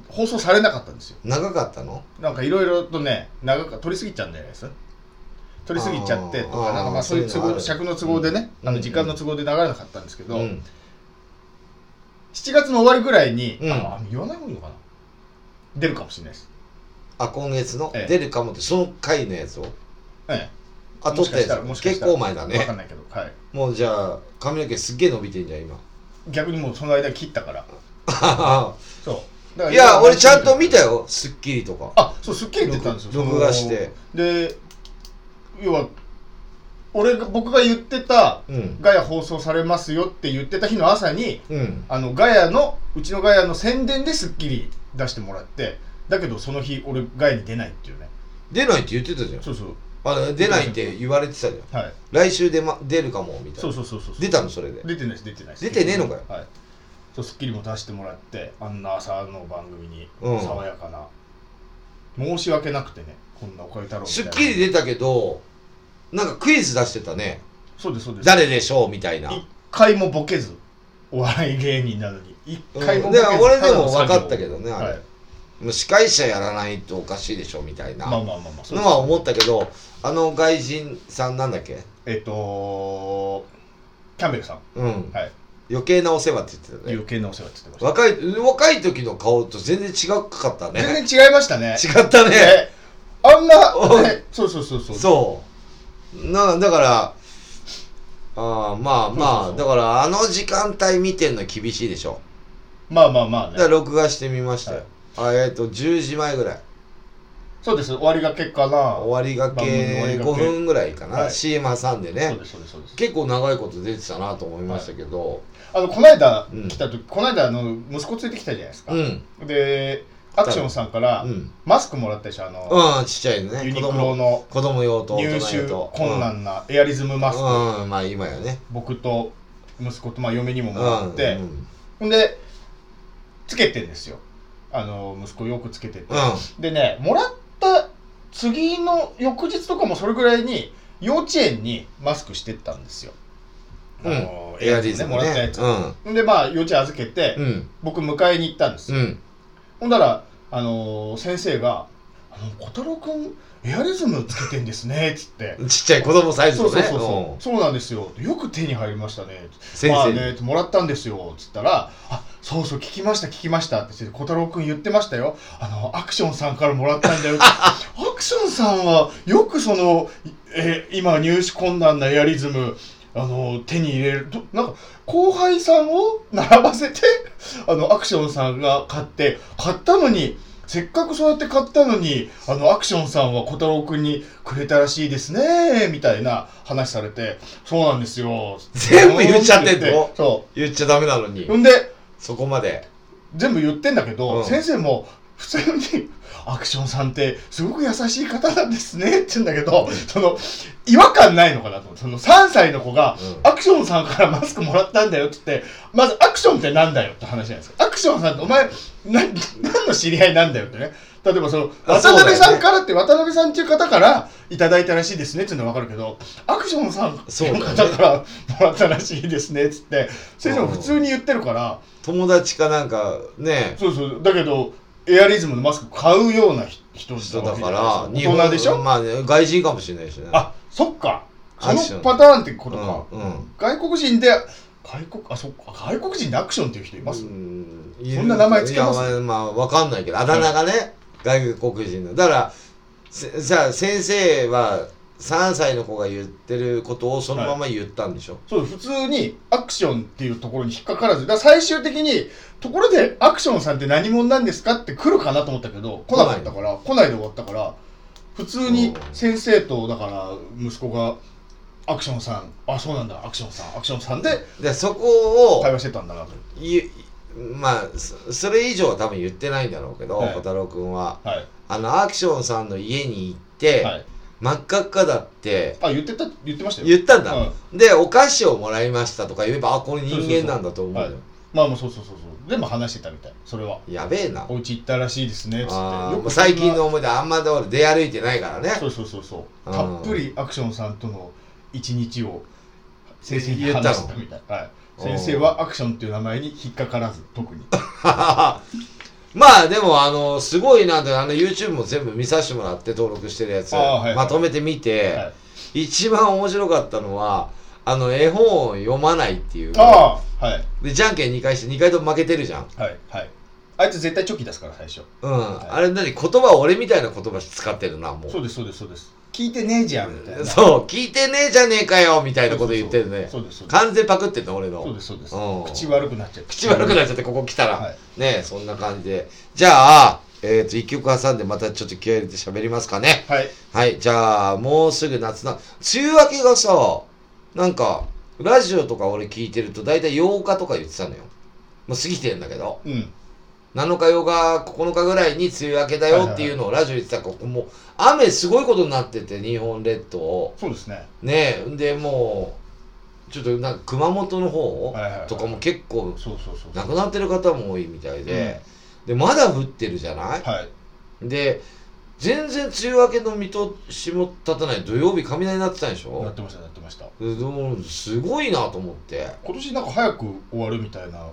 放送されなかったんですよ
長かったの
なんかいろいろとね長く取りすぎちゃうんじゃないです取りすぎちゃってと
あー
かなんかま
あー
あそういう都
そういうのあ
合
る
尺の都合でね、
うん
あ
う
の
ん
時間の都合で流れなかったんですけど、
うん
7月の終わりぐらいに、
うん
あ言わない方がいいのかな出るかもしれないです
あ今月の
ええ
出るかもってその回のやつを
ええ
あ撮ったやつ
もしかし
結
たら
構前だ
わか
ね
んないけど、はい、
もうじゃあ髪の毛すっげえ伸びてんじゃん
(laughs)
今
逆にもうその間切ったからそうだから
いや俺ちゃんと見たよ『スッキリ』とか
あそうすっきり出たんですよ
録
その
録画して
で要は俺が僕が言ってた
うん
ガヤ放送されますよって言ってた日の朝に
うん
あのガヤのうちのガヤの宣伝で『スッキリ』出してもらってだけどその日俺ガヤに出ないっていうね
出ないって言ってたじゃん
そうそう
あ出ないって言われてたじゃん
はい
来週出,、ま、出るかもみたい
そう
な
そうそうそう
出たのそれで
出てないです出てないです
出てねえのかよ
はいそう『スッキリ』も出してもらってあんな朝の番組に
うん
爽やかな、申し訳なくてねこんなおかゆ太
『
郎み
ス
たい
ッ
な
キリ』出たけどなんかクイズ出してたね
そうですそうです
誰でしょうみたいな
一回もボケずお笑い芸人なのに一回
う
も
ん
ボケず、
で俺で
ただ
も
の作
分
業
かったけどねあれ
はい、
もう司会者やらないとおかしいでしょみたいな
まあまあまあまあそう
のは思ったけどあの外人さんなんだっけ
えっとキャンベルさん
うん、
はい
余計なお世話って言ってたね
余計なお世話って言ってまし
若い若い時の顔と全然違かった
た
ね
全然違いましたね
(laughs) 違ったね
ねあ
お
んな、
い
ね、そうそうそうそう
そうなだからあーまあまあ
そうそうそう
だからあの時間帯見てんの厳しいでしょ
まあまあま
だ
あ
から
ね
録画してみましたよ、あえっ、と10時前ぐらい
そうです終わりが結果な
終わりが
番組の終わり
け
がけ
5分ぐらいかな、
はい
CM 挟んで
そう
ね
ですそうですそうです
結構長いこと出てたなと思いましたけど、
あのこの間
うん
来た時、この間あの息子連れてきたじゃないですか、
うん
でアクションさんから
うん
マスクもらったでしょあの、
うんちっちゃいの
ユ
ね
ニ
子
クロ
供
の
子供用と
入
大人
手
用と
困
うん
難なエアリズムマスク、
うんまあ今やね
僕と息子と、まあ、嫁にも
う
もら
ん
って
う、ん
ほんでつけてんですよあの息子よくつけてて、
うん
でねもらった次の翌日とかもそれぐらいに幼稚園にマスクしてったんですよ、あのの
エアディーズ
ね
ム
もらったや
う
つ、
ん
ほんでまあ幼稚園預けて、
うん
僕迎えに行ったんです、
うん
ほんだら、あのー先生が「あの小太郎くんエアリズムつけてんですね」っつって
ちっちゃい子供サイズ
そ
の
うそう
ね。
そ
う
うそ
ん
うそうなんですよよく手に入りましたね
先
まあ
生、
ねもらったんですよつったらあそうそう聞きました聞きましたって先生小太郎くん言ってましたよあのアクションさんからもらった
(laughs)
んだよアクションさんはよくそのえ今入手困難なエアリズムあの手に入れるどなんか後輩さんを並ばせて (laughs) あのアクションさんが買って買ったのにせっかくそうやって買ったのにあのアクションさんは小太郎くんにくれたらしいですねみたいな話されてそうなんですよ
全部言っちゃってんの
そ
言っちゃダメなのに
うほ、んで
そこまで。
全部言ってんだけど、
うん
先生も普通に「アクションさんってすごく優しい方なんですね」って言うんだけどその違和感ないのかなとその3歳の子が
うん
「アクションさんからマスクもらったんだよ」って言ってまず「アクションってなんだよ」って話じゃないですか「アクションさんってお前な何の知り合いなんだよ」ってね例えばその
あそう
渡
だよね
辺さんからって渡辺さんっていう方からいただいたらしいですねっていうのは分かるけどアクションさんっていう
そうだ
方
よね
からもらったらしいですねっつって先生も普通に言ってるから。
友達かなんかね、
そうそうだけどエアリズムのマスク買うような人
人
な
だ
わけ
か
じゃ
ら、
ないですか大人でしょ、
まあね、外人かもしれないしね。
あそっかそ
アクショ
の
ン
パターンってことか、
うんうん
外国人で外国あそっか外国人でアクションっていう人います、
うん
そんな名前つけます
いやまあ、わかんないけど、あだ名がね、外国人の。だから、せさあ、先生は3歳の子が言ってることをそのまま言ったんでしょ。
そう普通にアクションっていうところに引っかからずだから最終的にところでアクションさんって何者なんですかって来るかなと思ったけど来なかったから来ないで終わったから普通に先生とだから息子がアクションさんあそうなんだアクションさんアクションさんで
で、そこを
会、話してたんだなと思って
ゆまあ、そそれ以上は多分言ってないんだろうけど、
はい
小太郎くんは。
はい
あのアクションさんの家に行って、
はい、
真っ赤っかだって
あ言ってた言ってましたよ
言ったんだ、
うん
でお菓子をもらいましたとか言えばあこれ人間なんだと思うよ
そうそうまあもうそうそうそうそう全部話してたみたいそれは
やべえな
お家行ったらしいですねっつって
あー
よくそんな
最近の思い出あんまで俺出歩いてないからね
そうそうそうそう
うん
たっぷりアクションさんとの一日を先生に
言ったの
話してたみたいはい先生はアクションっていう名前に引っかからず特に
(laughs) まあでもあのすごいなんだよあの YouTube も全部見させてもらって登録してるやつ、
あーはい
まとめて見て、
はい
一番面白かったのはあの絵本を読まないっていう
ああはい
でじゃんけん2回して2回とも負けてるじゃん
はいはいあいつ絶対チョキ出すから最初
うん、
い
あれ何言葉俺みたいな言葉使ってるなもう
そうですそうですそうです聞いてねえじゃんみたいな
そう、聞いてねえじゃねえかよみたいなこと言ってるね。
そうですそうです
完全パクってんの、俺の。
そうですそうです
うん
口悪くなっちゃって
口悪くなっちゃって、ここ来たら。
はい
ねえ、そんな感じで。じゃあ、えっ、と、一曲挟んでまたちょっと気合い入れて喋りますかね。
はい
はい、じゃあ、もうすぐ夏な、梅雨明けがさ、なんか、ラジオとか俺聞いてると、だいたい8日とか言ってたのよ。もう過ぎてるんだけど。
うん
7日、8日、9日ぐらいに梅雨明けだよっていうのをラジオ言ってたから、もう、雨すごいことになってて、日本列島。
そうですね
ねえでもうちょっとなんか熊本の方
はいはいはい
とかも結構
そうそうそう
亡くなってる方も多いみたいで、でまだ降ってるじゃない、
はい
で全然梅雨明けの見通しも立たない土曜日雷鳴ってたでし
や
ょ
ってましたやってました
ででもすごいなと思って
今年なんか早く終わるみたいな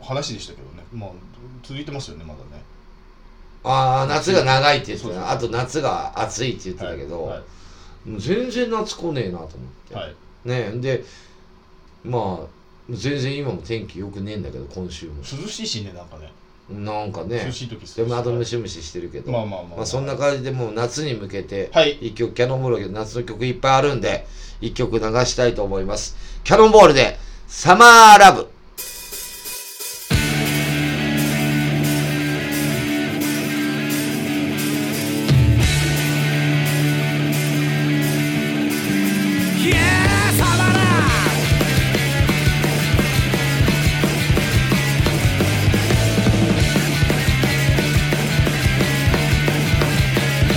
話でしたけどねまあ続いてますよねまだね
ああ夏が長いって言って
そうそう
たあと夏が暑いって言ってたけど、
はい
もう全然夏来ねえなと思って、
はい
ねえでまあ全然今も天気良くねえんだけど今週も
涼しいしねなんかね
なんかね
涼しい時涼しい
でもあとムシムシしてるけど、
ま
ま
あ
あ
まあまあ
そんな感じでもう夏に向けて、
はい
一曲キャノンボールだけど夏の曲いっぱいあるんで、一曲流したいと思います。キャノンボールで、サマーラブ。
俺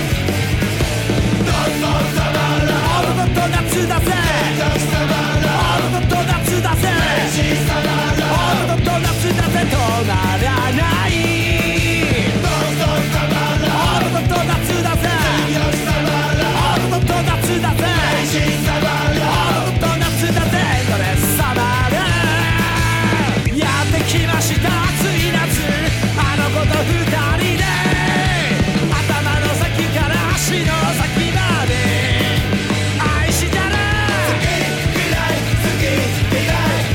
のと夏だぜ俺のと夏だぜ来ました暑い夏あの子と二人で頭の先から足の先まで愛したら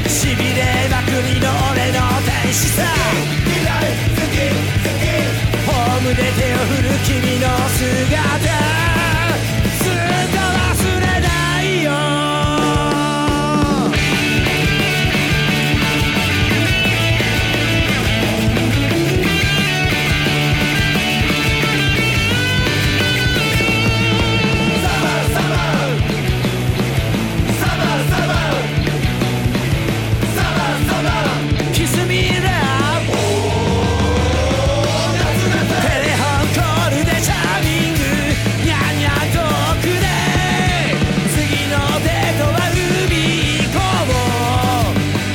しびれまくりの俺の天使さホームで手を振る君の姿ずっと忘れないよサバサバサバサバサバサバキスミラーテレホンコールでチャーミングニャンニャントークで次のデートは海行こう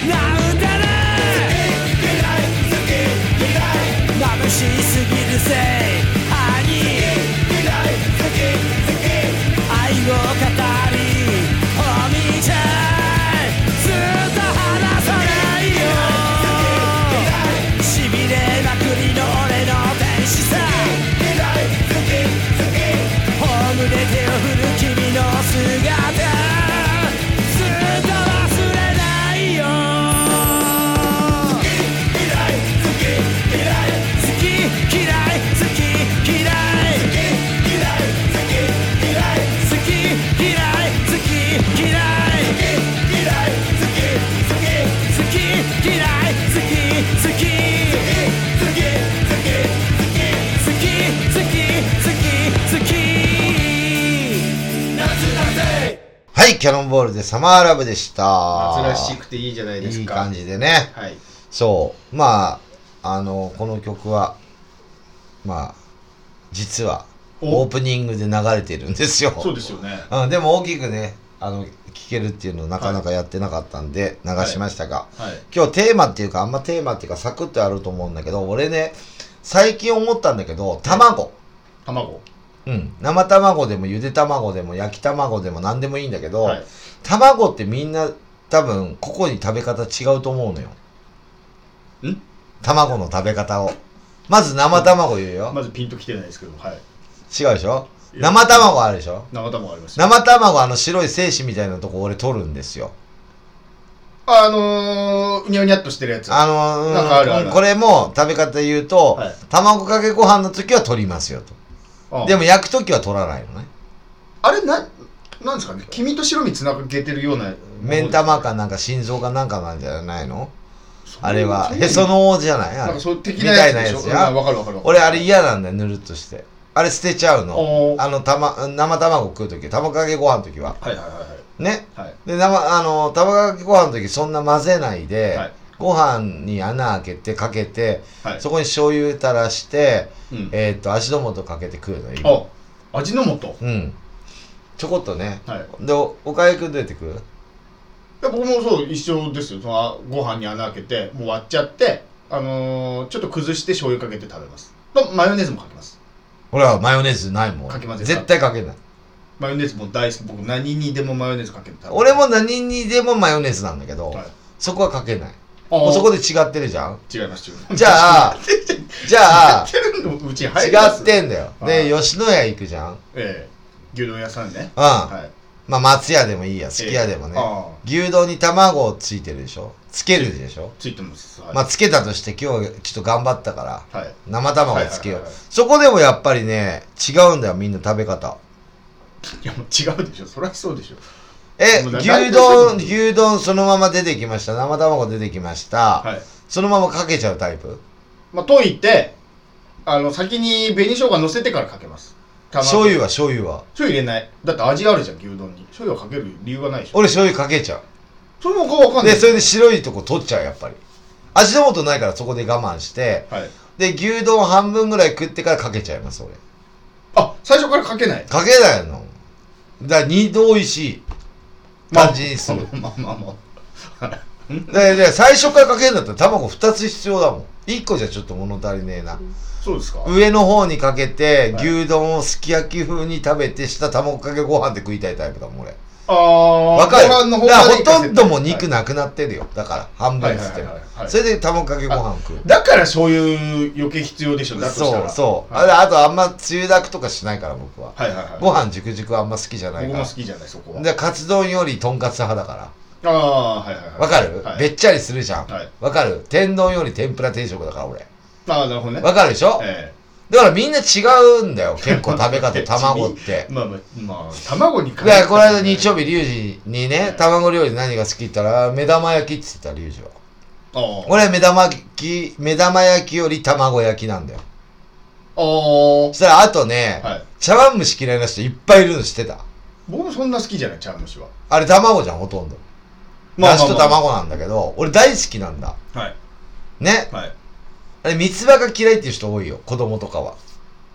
なんだな眩しすぎるぜハニー愛を語りおみちゃんずっと離さないよしびれまくりの俺の天使さホームで手を振る君の姿ずっと忘れないよ好き嫌い好き嫌い好き嫌い好き嫌い好き嫌い好き好き好き好き好き好き好き
はい、キャノンボールでサマーラブでした。
夏らしくていいじゃないですか。
いい感じでね。
はい。
そう。まあ、あの、この曲は、まあ、実は、
お
オープニングで流れてるんですよ。
そうですよね。
うん、でも大きくね、あの、聴けるっていうのをなかなかやってなかったんで、流しましたが、
はい。
今日テーマっていうか、あんまテーマっていうか、サクッとあると思うんだけど、俺ね、最近思ったんだけど、卵。
卵。
うん。生卵でも、ゆで卵でも、焼き卵でも、何でもいいんだけど、
はい。
卵ってみんな多分ここに食べ方違うと思うのよ
ん
卵の食べ方をまず生卵言うよ、
まずピンときてないですけど、はい。
違うでしょ
いや
生卵あるでしょ
生卵ありますよ。
生卵あの白い精子みたいなとこ俺取るんですよ
あのー、うにゃうにゃっとしてるやつ。
あのうん
なんかあるある
これも食べ方言うと、
はい
卵かけご飯の時は取りますよと
あ
でも焼く時は取らないのね
あれ、な、なんですかね。黄身と白身つなげてるような。
目ん玉。かなんか心臓かなんかなんじゃないの
そう
あれは
そう
へその緒じゃないあ
な
れ
んかそう的なやつでしょ。
みたいなやつや
うんわかるわかるわかる。
俺あれ嫌なんだよぬるっとしてあれ捨てちゃうの
おー
あのたま生卵食う時卵かけご飯の時は
はいはいはい
ね
はい。はい。
で生あの卵かけご飯の時そんな混ぜないで、
はい
ご飯に穴開けてかけて、
はい
そこに醤油垂らして、
うん。
えっ、と足の素かけて食うのよ
あ、味の素。
うんちょこっとね
はい。
でおおかゆくんどうやって食う
いや僕もそう一緒ですよそのあご飯に穴開けてもう割っちゃってあのー、ちょっと崩して醤油かけて食べますとマヨネーズもかけます
俺はマヨネーズないもん
かけ混ぜた
絶対かけない
マヨネーズも大好き僕何にでもマヨネーズかけて食べます
俺も何にでもマヨネーズなんだけど、
はい
そこはかけない
あ
もうそこ
で
で違ってるじゃん
違い (laughs) ます違います
じゃあじゃあ
知ってるのうちに入ります
違ってんだよ。で、
はい
吉野家行くじゃん。うん。
ええ牛丼屋さんね
ま
はい
あ、松屋でもいいや、すき家でもね
ええ。ああ
牛丼に卵をついてるでしょつけるでしょ
ついてますはい、
まあ、つけたとして今日ちょっと頑張ったから、
はい、
生卵をつけよ
は
う
いはいはいは。
そこでもやっぱりね、違うんだよ、みんな食べ方。
いやもう違うでしょそりゃそうでしょ
え、
もうな
牛丼、牛丼そのまま出てきました。生卵出てきました。
はい
そのままかけちゃうタイプ
まあ溶いてあの先に紅生姜乗せてからかけます卵
醤油は醤油は。
醤油入れないだって味あるじゃん牛丼に醤油はかける理由はないでしょ
俺醤油かけちゃう。
それもこうわかんな
で、
い
それで白いとこ取っちゃう、やっぱり。味の素ないからそこで我慢して、
はい
で、牛丼半分ぐらい食ってからかけちゃいます、俺。
あ最初からかけない
かけないの。だから二度美味しい感じにする。
まあまあまあまあ
で、で、最初からかけるんだったら卵二つ必要だもん。一個じゃちょっと物足りねえな。
(laughs) そうですか
上の方にかけて、
はい
牛丼をすき焼き風に食べて、下卵かけご飯で食いたいタイプだもん、俺。
ああ
わかる
ご飯の方
だから
ま
ほ
で行か
と
せて
んどもう肉なくなってるよ。だから、半
はい
分
は
つっ
いはい
ても
はいはい
それで卵かけご飯食う。
だからそういう余計必要でしょだとした
そ
ら
うそう。
はい、
あれあとあんまつゆだくとかしないから、僕は。
はいはいはい
ご飯じくじくあんま好きじゃない
僕
か
も
ら
好。きじゃないそこは
で、カツ丼よりとんかつ派だか
ああはいはいは
ら。
い
わかる
はい
べっちゃりするじゃん
はい。
わかる天丼より天ぷら定食だから、俺。
ああなるほどね
わかるでしょ
え
だからみんな違うんだよ。結構食べ
(laughs)
方、卵って。
えまあまあまあ卵に
だからこの間日曜
日
日、リュウジに
は
ね
い、
卵料理何が好きって言ったら、目玉焼きって言った、リュウジは。
ああ
俺は目玉焼き、目玉焼きより卵焼きなんだよ。
ああ
そしたらあとね、
はい
茶碗蒸し嫌いな人いっぱいいるの知ってた。
僕もそんな好きじゃない茶蒸しは
あれ卵じゃん、ほとんど。だしと卵なんだけど、俺大好きなんだ。
はい
ね。
はい
あれ、三つ葉が嫌いっていう人多いよ、子供とかは。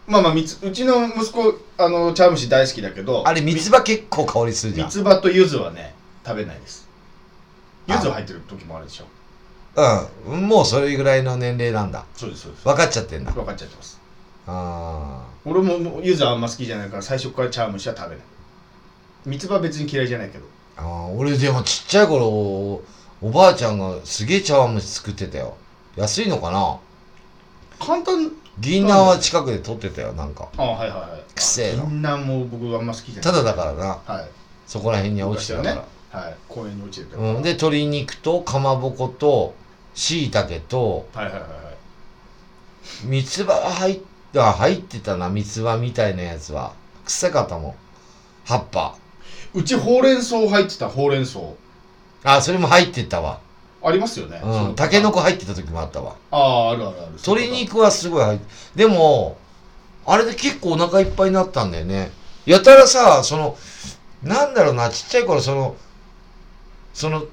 まあまあみつうちの息子あの茶蒸し大好きだけど
あれ、三つ葉結構香りするじゃ
三
ん。
つ葉と柚子はね食べないです柚子
あ
入ってる時もあるでしょ
うん。もうそれぐらいの年齢なんだ。
そうですそうです
分かっちゃってんだ。
分かっちゃってます
あ
俺ももう柚子はあんま好きじゃないから最初から茶蒸しは食べない三つ葉別に嫌いじゃないけど
ーあー。俺でもちっちゃい頃、おばあちゃんがすげえ茶碗蒸し作ってたよ。安いのかな
簡単
銀杏は近くで取ってたよ、なんか。
あはいはいはい
くせえな
銀杏も僕はあんま好きじゃない
ただだからな、
はい
そこら辺に落ちてたから。
昔はねはい公園に落ちてたから
うん、で、鶏肉とかまぼこと、しいたけと、
はいはいはいはい
三つ葉が入った、入ってたな、三つ葉みたいなやつは。臭かったもん。葉っぱ。
うちほうれん草入ってたほうれん草
あ、それも入ってたわ。
ありますよね
うん、タケノ
コ
コ入ってた時もあったわ。
あああるあるある
鶏肉はすごい入って、でも、あれで結構お腹いっぱいになったんだよね。やたらさ、その、なんだろうな、ちっちゃい頃、その、その、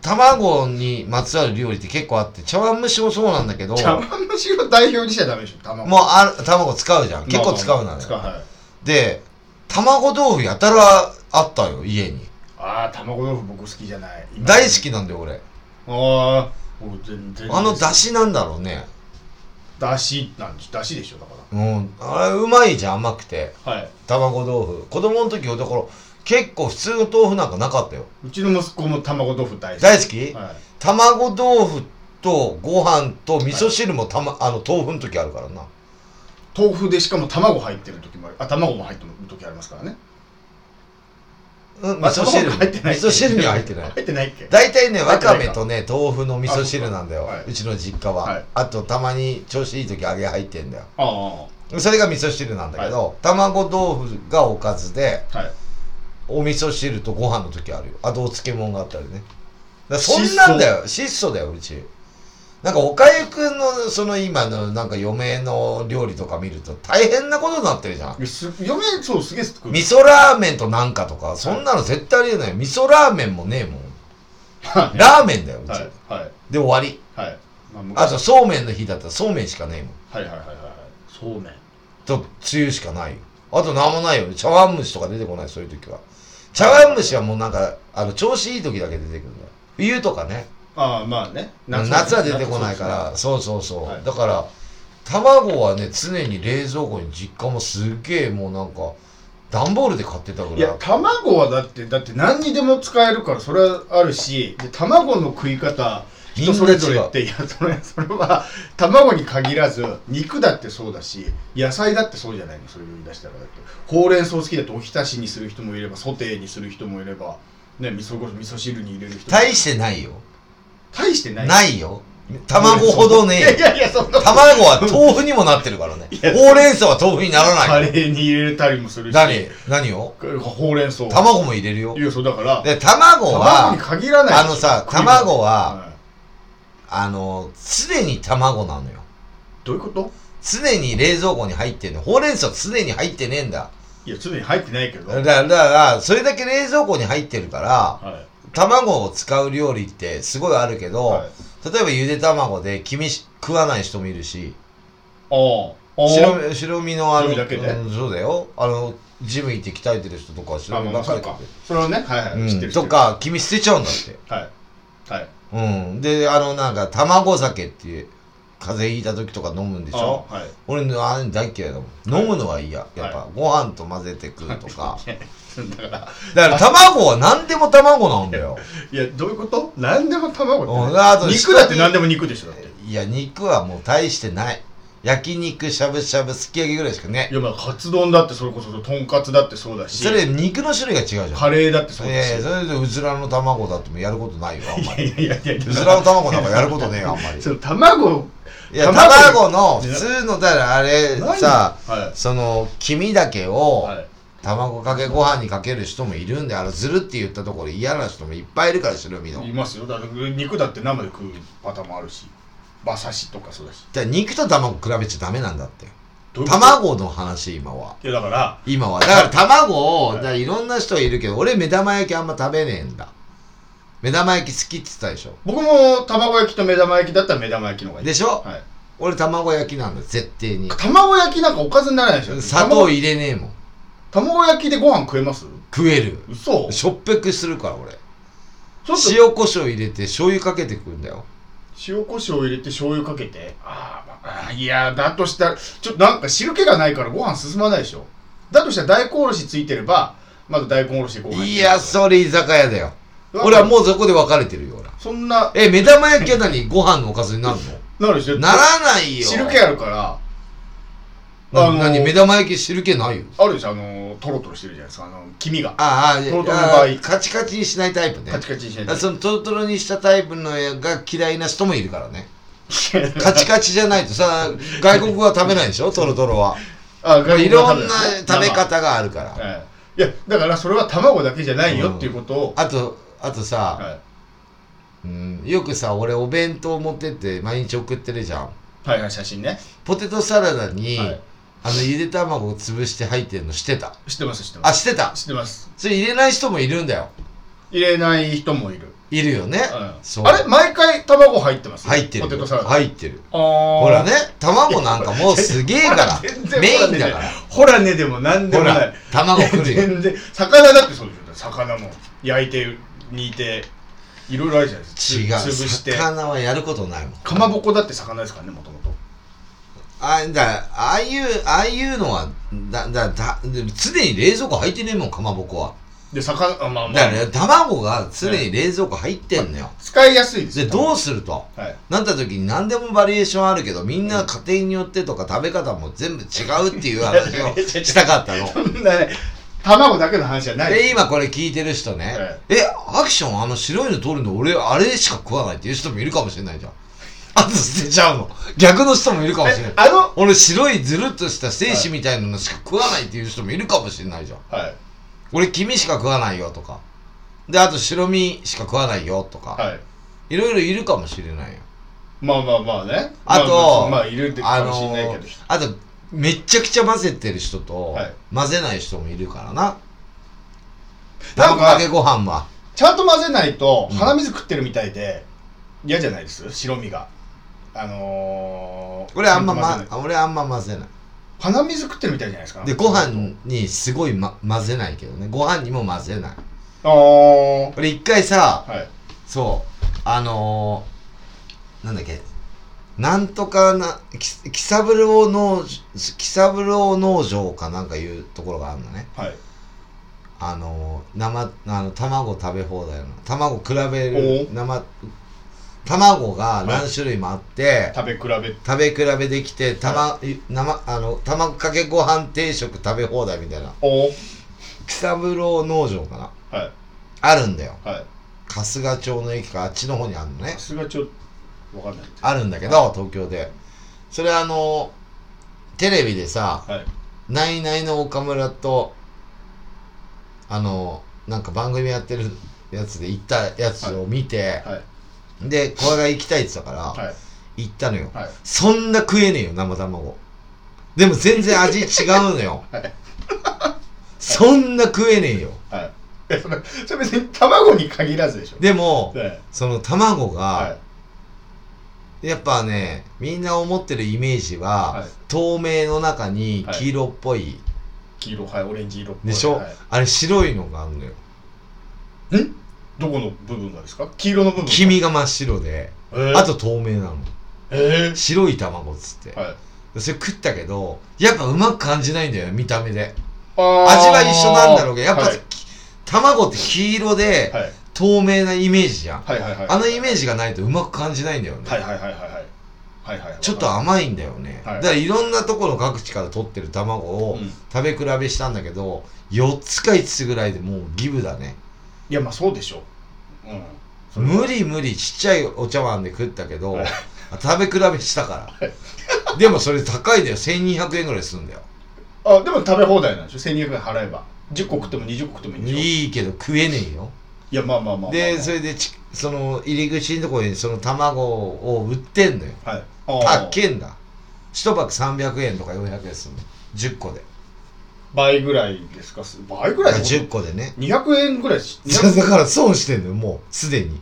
卵にまつわる料理って結構あって、茶碗蒸しもそうなんだけど、
茶碗蒸しを代表にしちゃダメでしょ卵
もうあ卵使うじゃん。結構使うなの
使う
よ。
はい
で、卵豆腐やたらあったよ、家に。
ああ卵豆腐僕好きじゃない
大好きなんだよ、俺。
ああ俺全然
あの出
だし
汁なんだろうね。
だしなんでだしでしょだか
うん。あれ、うまいじゃん、甘くて。
らはい
卵豆腐。子供の時のところ、結構普通の豆腐なんかなかったよ。
うちの息子も卵豆腐大好き
大好き
はい
卵豆腐とご飯と味噌汁もたま、あの、豆腐の時あるからな。
豆腐でしかも卵入ってる時もあるあ卵も入ってる時ありますからね
うん、味
あ
噌汁。
卵入ってない
味噌汁には入って
(laughs)
ない。
入ってないっけ
大体ね、
入
わ
ってな
か
いか
めとね、豆腐の味噌汁なんだよ。
あそうかはいう
ちの実家は、
はい
あと、たまに調子いい時揚げ入ってんだよ。
ああ
それが味噌汁なんだけど、卵豆腐がおかずで、
はい
お味噌汁とご飯の時あるよ。あとお漬物があったりね。だからそんなんだよ。質素だよ、うち。なんか、おかゆくんの、その今の、なんか嫁の料理とか見ると大変なことになってるじゃん。
いやす嫁そうすげえ作る
味噌ラーメンとなんかとか、そんなの絶対ありえない。味噌ラーメンもねえもん。
はい
ラーメンだよ、うち。
はいはい
で、終わり。
はいまあ
あ
昔
と、そうめんの日だったらそうめんしかねえもん。
はいはいはいはいはいそうめん
と、つゆしかないよ。あと、なんもないよ。茶碗蒸しとか出てこない、そういう時は。茶碗蒸しはもうなんか、あの、調子いい時だけ出てくるんだよ。冬とかね。
ああまあね
夏は出てこないから。そうそうそう。
はい
だから、卵はね、常に冷蔵庫に実家もすっげえもうなんか、段ボールで買ってたぐ
い
らい
や。卵はだってだって何にでも使えるからそれはあるしで卵の食い方
みんな
人それぞれっていやそれそれは卵に限らず肉だってそうだし野菜だってそうじゃないのそれを言い出したらだってほうれん草好きだとおひたしにする人もいればソテーにする人もいればね味噌ご味噌汁に入れる人も
大してないよ。
大してない
ないよ。卵ほどねえ
いや
よ
い。やいやそんな
卵は豆腐にもなってるからね。
や
ほうれん草は豆腐になら
カ
ない。
レーに入れたりもするし
何何を
ほうれん草
卵も入れるよ
い。やそうだから
で、卵
卵に
は、
限らない
あのさ
食い方
卵はいあの、常に卵なのよ。
どういうこと
常に冷蔵庫に入ってんの。ほうれん草常に入ってねえんだ。
いや、常に入ってないけど。
だから、だからそれだけ冷蔵庫に入ってるから、
はい。
卵を使う料理ってすごいあるけど、
はい
例えばゆで卵で黄身し食わない人もいるし、
ああ。
白
あ
身白身のあの、
白身だけで
うんそうだよ。あの、ジム行って鍛えてる人とかは
あ、
白身
ま
ば
あ、
っか
そ
り
う
食っ
か
てる。。
それはね、はいはい。知って
う
る
ん、と。か、君捨てちゃうんだって。
知ってるはい。はい。
うん。で、あの、なんか、卵酒っていう、風邪ひいた時とか飲むんでし
あ
ょ
はい
俺のあれ大嫌いだもん飲むのはいいややっぱ
は
ご飯と混ぜて食うと
(laughs)
か
だから
だから卵は何でも卵なんだよ
いやどういうこと何でも
う
卵って
んあと
ね肉だって何でも肉でしょだって
いや肉はもう大してない焼肉しゃぶしゃぶすき焼きぐらいしかね
いやまあカツ丼だってそれこそとんかつだってそうだし
それ肉の種類が違うじゃん
カレーだってそう
い
だ
やい
し
やそれでうずらの卵だってもやることないよあんま
い
り
やいやいやいうや
ずらの卵なんかやることねえよあんま
(laughs)
り
その卵
いや
卵
卵の普通のだからあれ
何
さ
は
その黄身だけ
い
を
はい
卵かけご飯にかける人もいるんであのずるって言ったところ嫌な人もいっぱいいるから白身の
いますよだから肉だって生で食うパターンもあるし馬刺しとかそうだし
じゃあ肉と卵比べちゃダメなんだって
どういうこと
卵の話今はい
やだから
今はだから卵を
はい
だからいろんな人いるけど俺目玉焼きあんま食べねえんだ目玉焼き好きって言ってたでしょ
僕も卵焼きと目玉焼きだったら目玉焼きの方がいい
でしょ
はい、
俺卵焼きなんだ絶対に
卵焼きなんかおかずにならないでしょ
砂糖入れねえもん
卵卵焼きでご飯食えます
食える
嘘
しょっぺくするから俺
ちょっと
塩コショウ入れて醤油かけてくんだよ
塩コショウ入れて醤油かけてあー、まああーいやーだとしたらちょっとなんか汁気がないからご飯進まないでしょだとしたら大根おろしついてればまず大根おろしでご飯入れる
いやそれ居酒屋だよ
なんか
俺はもうそこで別れてるよ俺
そんな
え目玉焼きは何ご飯のおかずになる
なるでしょ
のならないよ
汁気あるから
な
あのー
何目玉焼き汁気ないよ
あるでしょあのートロトロしてるじゃないですかあの黄身が
あああ
トロトロの
あ
場合
カチカチにしないタイプね
カチカチにしない
あ
で (laughs)
そのトロトロにしたタイプのやが嫌いな人もいるからね
あ
カチカチじゃないとさ外国は食べないでしょトロトロは
外国の
いろ
食べ
んな
方ですね
食べ方があるから
ええいやだからそれは卵だけじゃないよっていうことを、
あとあとさ、
は
う
い
ん、よくさ俺お弁当持ってって毎日送ってるじゃん
はいはい写真ね、
ポテトサラダに、
はい
あのゆで卵を潰して入ってるのしてた
知ってます知ってま
あ
す
してた
知ってます
それ入れない人もいるんだよ
入れない人もいる、
いるよね、
うん、あれ毎回卵入ってます
入ってる
ポテトサラダ、
入ってる
ほ
ほらね卵なんかもうすげえか
(laughs)
らメインだから
ほらねでもなんで
ほ
もな
ら
い
(laughs) 卵来
(laughs)
るよ
全然魚だってそうでしょ魚も焼いて煮ていろいろあるじゃないです
違う
かつ潰して
魚はやることないもん
かまぼこだって魚ですからねもともと
あだからああいうああいうのはだだだ常に冷蔵庫入ってねえもんかまぼこは
で魚あまあま
だ
あ、
から、ね、卵が常に冷蔵庫入ってんのよ、
使いやすいです
で
よ
どうすると
はい (laughs)
なった時に何でもバリエーションあるけどみんな家庭によってとか食べ方も全部違うっていう話を
(laughs)
したかったの
そんなね卵だけの話じゃない
で今これ聞いてる人ね、
は
えアクションあの白いの取るの俺あれしか食わないっていう人もいるかもしれないじゃん (laughs) あと捨てちゃうの逆の人もいるかもしれない
えあの
俺白いずるっとした精子みたいなのしか食わないっていう人もいるかもしれないじゃん
はい
俺黄身しか食わないよとかであと白身しか食わないよとか、
はい
いろいろいるかもしれないよ
まあまあまあね
あと、
まあ、まあいるかもしれないけど、
あのーあとめちゃくちゃ混ぜてる人と、
はい
混ぜない人もいるからな
なん
卵
か
かけご飯は
ちゃんと混ぜないと
うん
鼻水食ってるみたいで嫌じゃないです白身があのー、
俺あんま、
ちゃと
ま
混ぜ、ない
俺あんま混ぜない
鼻水食ってるみたいじゃないですか
でご飯にすごい、ま、混ぜないけどねご飯にも混ぜない
あー
俺一回さ
はい
そうあのー、なんだっけなんとかなき喜三郎農喜三郎農場かなんかいうところがあるのね
はい
あの生あの卵食べ放題の卵比べる生卵が何種類もあって、
食べ比べ
食べ比べできてたま、生あの卵かけご飯定食食べ放題みたいな
おー
喜三郎農場かな
はい
あるんだよ
はい
春日町の駅からあっちの方にあるのね
さすがちょっとわかんない
あるんだけど東京でそれあのテレビでさ
はい
ナイナイの岡村とあのなんか番組やってるやつで行ったやつを見て、
はい
で小賀が行きたいって言ってたから、
はい
行ったのよ、
はい
そんな食えねえよ生卵でも全然味違うのよ、
はい
そんな食えねえよ
はいえそれそれ別に卵に限らずでしょ
でも
はい
その卵が、
は
やっぱねみんな思ってるイメージは、
はい
透明の中に
はい
黄色っぽい、
い黄色はいオレンジ色っぽい
でしょ、
はい
あれ白いのがあるのよ
んどこの部分がですか黄色の部分
黄身が真っ白で
えー
あと透明なの
ええ
白い卵っつって
え。はい。
でそれ食ったけど、やっぱうまく感じないんだよね、見た目で。味
味
は一緒なんだろうけど、やっぱ、
はい。
き卵って黄色で
はい
透明なイメージじゃん。
はいはいはい。
あのイメージがないとうまく感じないんだよね。
はいはいはいはいはい。はいはいはい。
ちょっと甘いんだよね。
はい
だからいろんなところ各地から取ってる卵を
うん
食べ比べしたんだけど、4つか5つぐらいでもうギブだね。
いや、まあそうでしょう。うん。それは
無理無理ちっちゃいお茶碗で食ったけど、
はい
食べ比べしたから。でもそれ高いだよ。1200円ぐらいするんだよ。
あ、でも食べ放題なんでしょ ?1200 円払えば。10個食っても20個食ってもいいんでしょい
いいけど食えねえよ。
や、まあまあまあまあまあ。
で、それでち、その入り口のところにその卵を売ってんのよ。
はい。
あ
あ
っけんだ。一パック300円とか400円するの。10個で。
倍ぐらいですかす倍ぐ
だ
ら
か
い
ら10個でね。
200円ぐらいし
そうだから損してんのよ、もう、すでに。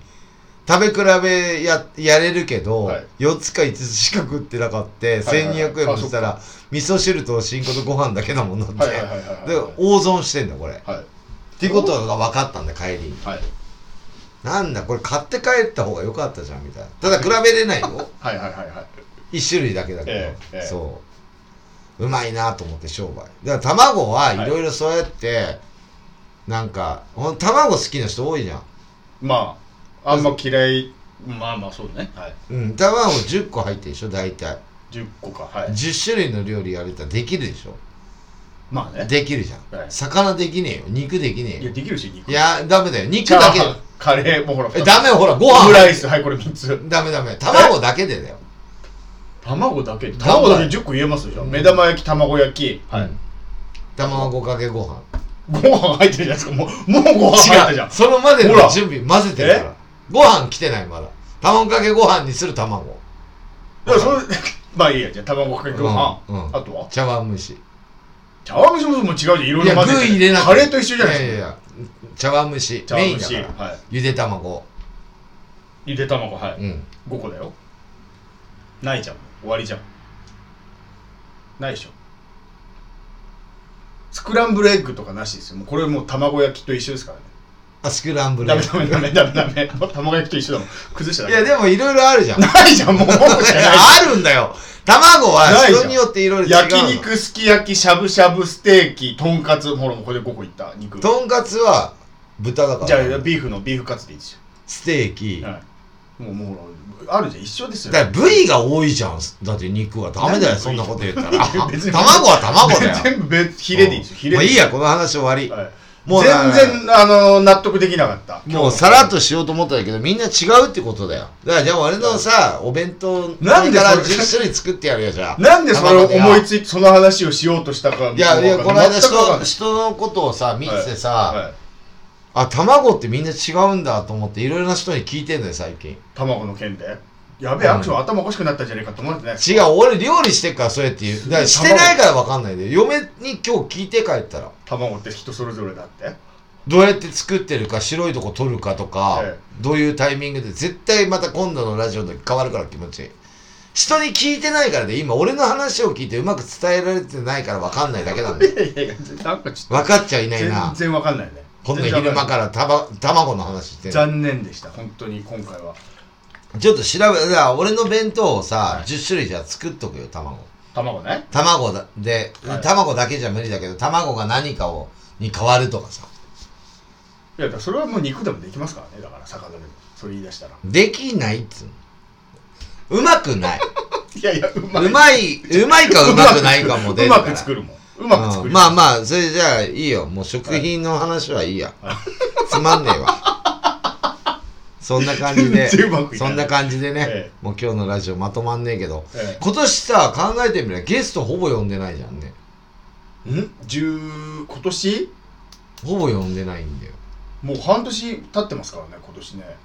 食べ比べややれるけど、
はい
4つか5つしか食ってなかった、
はいはい
1200円も
あそ
し
っか
たら味噌汁と新子とご飯だけだもんなって、
はいはいはいはい
で
は
大損してんだよこれっ
いはい
ていうことが分かったんだ帰りに
はい
なんだこれ買って帰った方が良かったじゃんみたいなただ比べれない
(laughs)
よ
はいはいはいはい
一種類だけだけど、
ええええ
そううまいなと思って商売だから卵はいろいろそうやって、なんかほん卵好きな人多いじゃん
まああんま嫌いまあまあそうねはい
うん卵10個入ってるでしょ大体
10個かはい
10種類の料理やれたらできるでしょ
まあね
できるじゃん、
はい
魚できねえよ肉できねえ
いや
よ
できるし肉
いやダメだよ肉
チャー
だけ
ハンカレーもうほら
えダメよほらご
オム
飯
ライスはいこれ3つ
ダメダメ卵だけでだよ
卵だけ
卵
卵
だけ
だけ10個言えますでしょ目玉焼き卵焼きはい
うん卵かけご飯
ご飯入ってるじゃないですかもうもうご飯入った
違
じゃ
うんそのまでの
ほら
準備混ぜてるからご飯来てないまだ卵かけご飯にする卵
いやそれまあいいやじゃあ卵かけご飯
うんうん
あとは
茶碗蒸し
茶碗蒸しももう違うじゃんいろい
い
ろ
や具
混ぜて
入れなくて
カレーと一緒じゃない
いやいやい
ですか
や茶碗蒸し
茶
メ
碗
イン
蒸
だ
し
か
は
ら
い
ゆで卵
ゆで卵はい
うん
5個だよないじゃん終わりじゃんないでしょスクランブルエッグとかなしですよもうこれもう卵焼きと一緒ですからね
あスクランブル
ダメダメダメダメダメもう卵焼きと一緒だもん崩しただ
い
け
やでもいろい (laughs) ろあるじゃん
ないじゃんもうしかないじ
あるんだよ卵は
ないじゃん
人によっていろいろ違
ゃん
う
焼
の
肉すき焼きしゃぶしゃぶステーキとんかつほらもうこれで5個いった肉じ
とんかつは豚だから
ゃあビーフのビーフカツでいいです
ステーキだ
よ、
か
はい、もうもうほらあるじゃん一緒ですよ
ら部位が多いじゃんだって肉はダメだよ
何
そんなこと言ったら
(laughs) 別
卵
に
は卵だよ
全部別ヒレでいいですよヒレ
もう
で
いいやこの話終わり
はい、
もうな
全然あの納得できなかった
もうさらっとしようと思ったんだけどみんな違うってことだよだからじゃあ俺のさお弁当
なんで
から
それ
10種類作ってやるよじゃあ
なんでそれを
卵
思いついてその話をしようとしたか
いやいや
もう
この間
全くわか
人
んない
人のことをさ見ててさ
はい
あ卵ってみんな違うんだと思っていろいろな人に聞いてんだよ最近
卵の件でやべえ
うん
アクション頭おかしくなったんじゃねえかと思ってない
違う俺料理してっからそうやって言うだからしてないから分かんないで嫁に今日聞いて帰ったら
卵って人それぞれだって
どうやって作ってるか白いとこ取るかとか、
え
どういうタイミングで絶対また今度のラジオの時変わるから気持ち人に聞いてないからで今俺の話を聞いてうまく伝えられてないから分かんないだけなん
(laughs)
だよ
いやいやなんかちょっ
分かっちゃい
と
ない
全
な
然わかんないね
こんな昼間からたば卵の話してんの
残念でした本当に今回は
ちょっと調べだから俺の弁当をさ、
はい
10種類じゃあ作っとくよ卵
卵ね
卵だで、
はい
卵だけじゃ無理だけど卵が何かをに変わるとかさ
いやだからそれはもう肉でもできますからねだから魚でもそれ言い出したら
できないっつうのうまくない
(laughs) いやいやうまいう
まいうまいかうまくないかも出
う
るから
まく作るもんうまく作る
うんまあまあそれじゃあいいよもう食品の話はいいや、つまんねえわ
(laughs)
そんな感じで
全然うまくいか
そ
ない
んな感じでね、
え
もう今日のラジオまとまんねえけど、
ええ
今年さ考えてみればゲストほぼ呼んでないじゃんね
ん10今年
ほぼ呼んでないんだよ
もう半年経ってますからね今年ね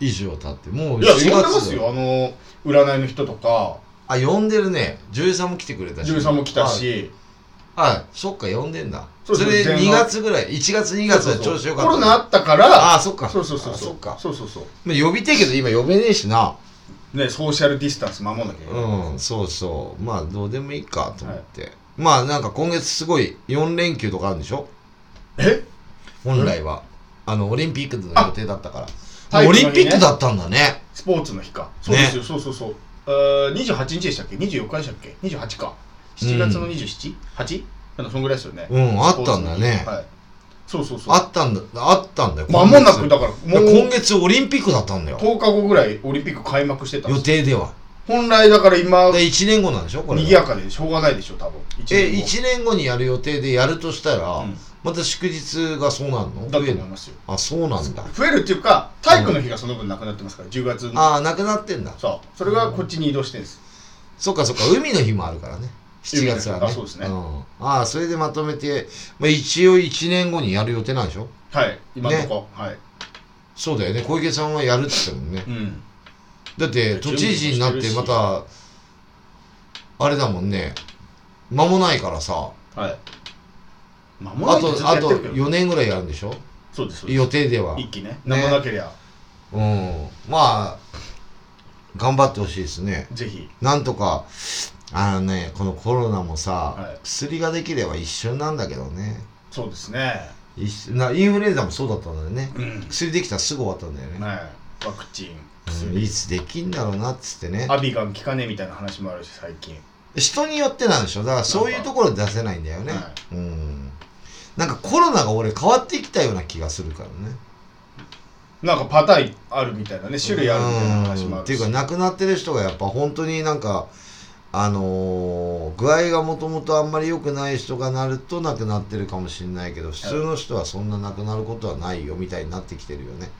以上経ってもう
いや
7
呼ん
月
で
だ
ますよあの占いの人とか
あ呼んでるね女優さんも来てくれたし
女優さんも来た
はい
し
あ、そっか、呼んでんだ。
そう
それ
前半
2月ぐらい、1月2月は
そうそう
調子
そう
よかっ
コ
た。
ロナあ
っ
ったから
ああ、そっか。
そうそうそう
あ
そ
そうっか。
そうそうそう
まあ呼びてえけど、今呼べねえしな。
ねソーシャルディスタンス守んなきゃいけない
うん、そうそう。まあ、どうでもいいかと思って。まあ、なんか今月すごい4連休とかあるんでしょ
え
本来は。あの、オリンピックの予定だったから。
あ
オリンピックだったんだね。
スポーツの日かそうですよそうそうそうあー28日でしたっけ24日でしたっけ28か7月の 27?8?、8なんかそんぐらいですよね
うんあったんだね
はい、そうそうそう
あったんだあったんだよ
まあ間もなくだからも
今月
う
今月オリンピックだったんだよ
10日後ぐらいオリンピック開幕してたんで
予
す
定では
本来だから今
で1年後なんでしょこれ
賑やかでしょうがないでしょ多分一
え
年後
1年後にやる予定でやるとしたら、
うん
また祝日がそうなんの
だと
増え
思い
る
ますよ
あそうなんだ
増えるっていうか体育の日がその分なくなってますから10月の
ああなくなってんだ
そうそれがこっちに移動してるんです
そっかそっか海の日もあるからね7月はね
海の日あそうですね
ん、ああそれでまとめて、まあ、一応1年後にやる予定なんでしょ
はい今のとこ、はい
そうだよね小池さんはやるって言ったもんね
うん
だって都知事になって
準
ま
備もしてるした
あれだもんね間もないからさ
はいまも
あ
なくずっ
とあ
や
と
ってるけど
4年ぐらいやるんでしょ
そうですそうです
予定では
一気ね何もなけりゃ、
うんまあ頑張ってほしいですね
ぜひ
なんとかあのねこのコロナもさ、
はい
薬ができれば一瞬なんだけどね
そうですね
一瞬なインフルエンザもそうだったんだよね
うん
薬できたらすぐ終わったんだよね、
はいワクチン
うんいつできんだろうなっつってね
アビガン効かねえみたいな話もあるし最近
人によってなんでしょだからそういうところで出せないんだよね
は
うんなんかコロナが俺変わってきたような気がするからね
なんかパターンあるみたいなね種類あるみたいな話も
うん
あ
っ
る
て
し
いうか亡くなってる人がやっぱ本当になんかあのー具合がもともとあんまり良くない人がなると亡くなってるかもしれないけど普通の人はそんな亡くなることはないよみたいになってきてるよね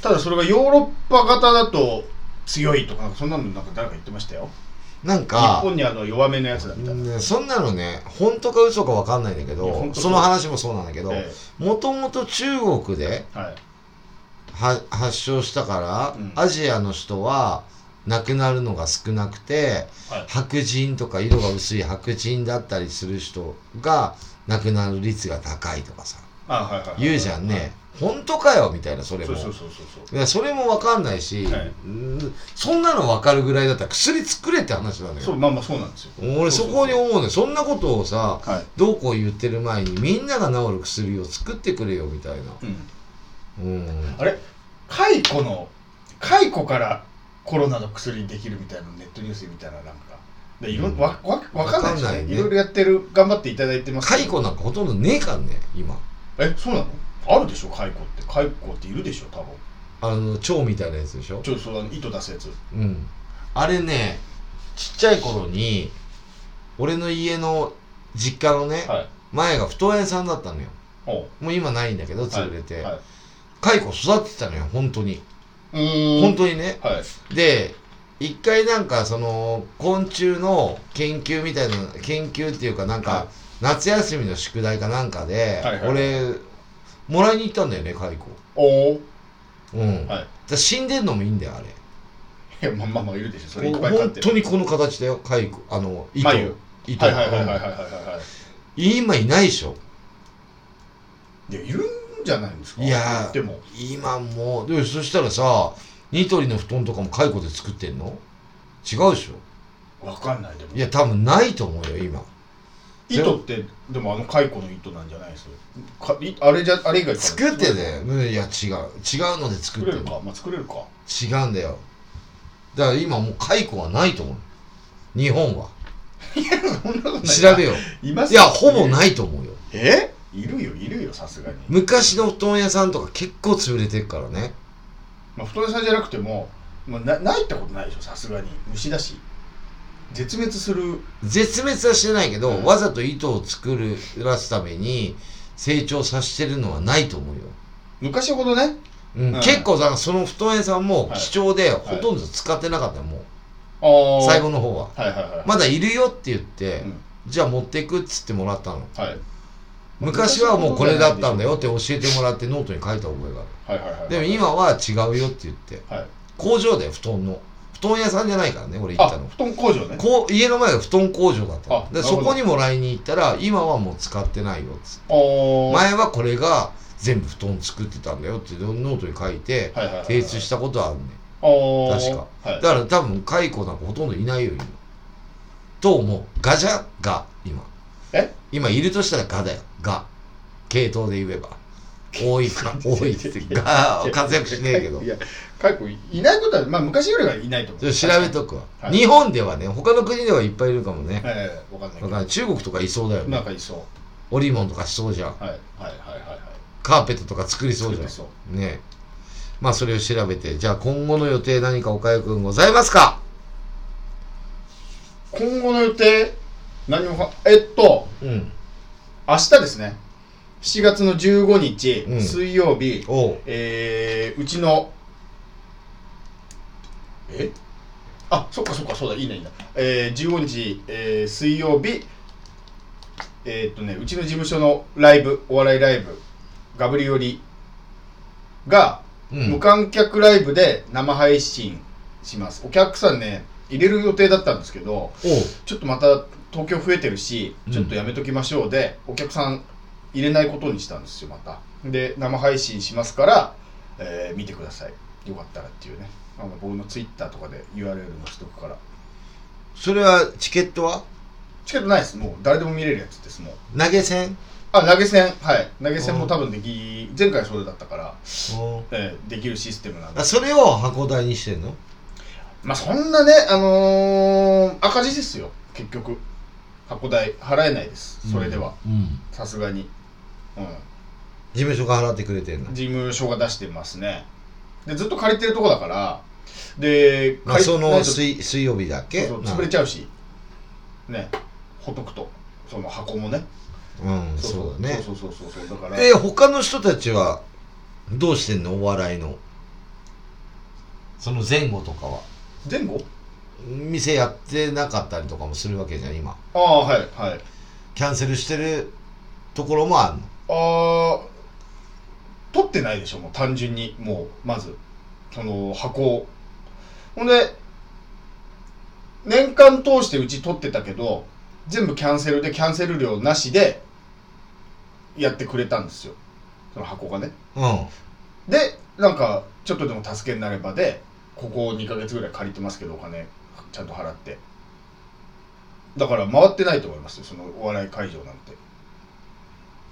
ただそれがヨーロッパ型だと強いとかなんかそんなのなんか誰か言ってましたよ
なん
日
か
本にあの弱めのやつだみたいな、
ねそんなのね本当か嘘か分かんないんだけ
いや本
ど
当そう
その話もそうなんだけど
え
もともと中国で
えはい
は発症したから、
うん
アジアの人は亡くなるのが少なくて、
はい
白人とか色が薄い白人だったりする人が亡くなる率が高いとかさ
あはいはいはい
言うじゃんね、本当かよみたいなそれ
そ
も
うそうそうそうそう
いやそれも分かんないし、
はい
うんそんなの分かるぐらいだったら薬作れって話なんだ
そう
よ
まあまあそうなんですよ
俺そこに
う
思うねそんなことをさ
そうはい
どうこう言ってる前にみんなが治る薬を作ってくれよみたいな
うん
うん
あれ蚕の蚕からコロナの薬できるみたいなネットニュースみたいななんかでいろ、
うん
わわわかんないですよ
わかんない
ね
ね
いろいろやってる頑張っていただいてますけど
蚕なんかほとんどねえからね今
えそうなのあるでしょ蚕って蚕っているでしょ多分
あの蝶みたいなやつでしょ
ちょっとそうあの糸出すやつ
うんあれねちっちゃい頃に俺の家の実家のね、
はい
前が不当園さんだったのよ
おう
もう今ないんだけど潰れて
はいはい
蚕、育ててたのよ本当に
うーん
本当にね、
はい
で一回なんかその昆虫の研究みたいな研究っていうかなんか、
はい
夏休みの宿題かなんかで、
はいはい
俺もらいに行ったんだよね蚕
おお
うん、
はい
だ死んでんのもいいんだよあれ
いやまあまあまあいるでしょそれいっぱい飼っ
本
てる
当にこの形だよ蚕あの糸
眉
糸、
はいはいはいはいはいはいは
今いないでしょ
いいやいるんじゃないんですか
いやー
でも
今もうでそしたらさニトリの布団とかも蚕で作ってんの違うでしょ
わかんないでも
いや多分ないと思うよ今
糸ってでもあの蚕の糸なんじゃないですかいあれじゃあれ以外から
作ってねうんいや違う違うので作っ
作
て
れ
る
るかまあ作れるか
違うんだよだから今もう蚕はないと思う日本は調べよう
います
いやほぼないいと思うよ
えいるよいるよさすがに
昔の布団屋さんとか結構潰れてるからね
まあ太田さんじゃなくてももうなないってことないでしょさすがに虫だし絶滅する
絶滅はしてないけど、
うん
わざと糸を作らすために成長させてるのはないと思うよ、
昔ほどね
うん
うん
結構だからその布団屋さんも
はい
貴重でほとんど使ってなかったよもう、
あー
最後の方は
はいはいはい
まだいるよって言って、
うん
じゃあ持ってくっつってもらったの
はい
昔はもうこれだったんだよって教えてもらってノートに書いた覚えがあ
はいはいはい
るでも今は違うよって言って
はい
工場だよ布団の布団屋さんじゃないからね俺行
あ
ったの
布団工場ね
こう家の前が布団工場だった
あ
ので
なるほ
そ
ど
こにもらいに行ったら今はもう使ってないよっつって
お
前はこれが全部布団作ってたんだよってノートに書いて
はいはいはいはい
提出したことはあるね
お
確か
は
だ
い
から多分蚕なんかほとんどいないよ今と思うガジャが今
え
今いるとしたらガだよガ系統で言えば多い
(laughs)
か多いってが活躍しねえけど
いや、カイ君いないことは、まあ昔よりはいないと思
ちょ
う。
っと調べとくわ、
はい
日本ではね他の国ではいっぱいいるかもね、
ええ、わかんない
だから中国とかいそうだよ
けど。な
ね
んかいそ
織物とかしそうじゃん
う。はい、はい、はい、はい。はい
カーペットとか作りそうじゃん
そう
ねえまあそれを調べてじゃあ今後の予定何かおかゆくんございますか
今後の予定、何もか、えっと、
うん
明日ですね。7月の15日、
うん
水曜日、
おう
えー、うちの、えあ、そっかそっか、そうだ、いいな、いいな。えー、15日、えー、水曜日、えーっとね、うちの事務所のライブ、お笑いライブ、ガブリオリが、
うん
無観客ライブで生配信します。お客さんね、入れる予定だったんですけど、
おう
ちょっとまた東京増えてるし
うん
ちょっとやめときましょうで、お客さん入れないことにしたんですよまたで生配信しますから、えー見てくださいよかったらっていうねあの僕のツイッターとかで URL 載せとくから
それはチケットは
チケットないですもう誰でも見れるやつですもう
投げ銭
あ投げ銭はい投げ銭も多分でき前回それだったから、えーできるシステムなんで
あそれを箱代にしてんの
まあそんなねあのー赤字ですよ結局箱代払えないですそれでは
うん、うん
さすがにうん
事務所が払ってくれてんの
事務所が出してますねでずっと借りてるとこだからで
まあ
借り
そ
ない
の
と
水水曜日だっけ
そう
な
そう潰れちゃうしねほっとくとその箱もね
うんそうだね
そうそうそうそうそうだから
え他の人たちはどうしてんのお笑いのその前後とかは
前後
店やってなかったりとかもするわけじゃん今
ああはいはい
キャンセルしてるところもあんの
ああ取ってないでしょもう単純にもうまずその箱をほんで年間通してうち取ってたけど全部キャンセルでキャンセル料なしでやってくれたんですよその箱がね
うん
でなんかちょっとでも助けになればでここ2ヶ月ぐらい借りてますけどお金ちゃんと払ってだから回ってないと思いますよそのお笑い会場なんて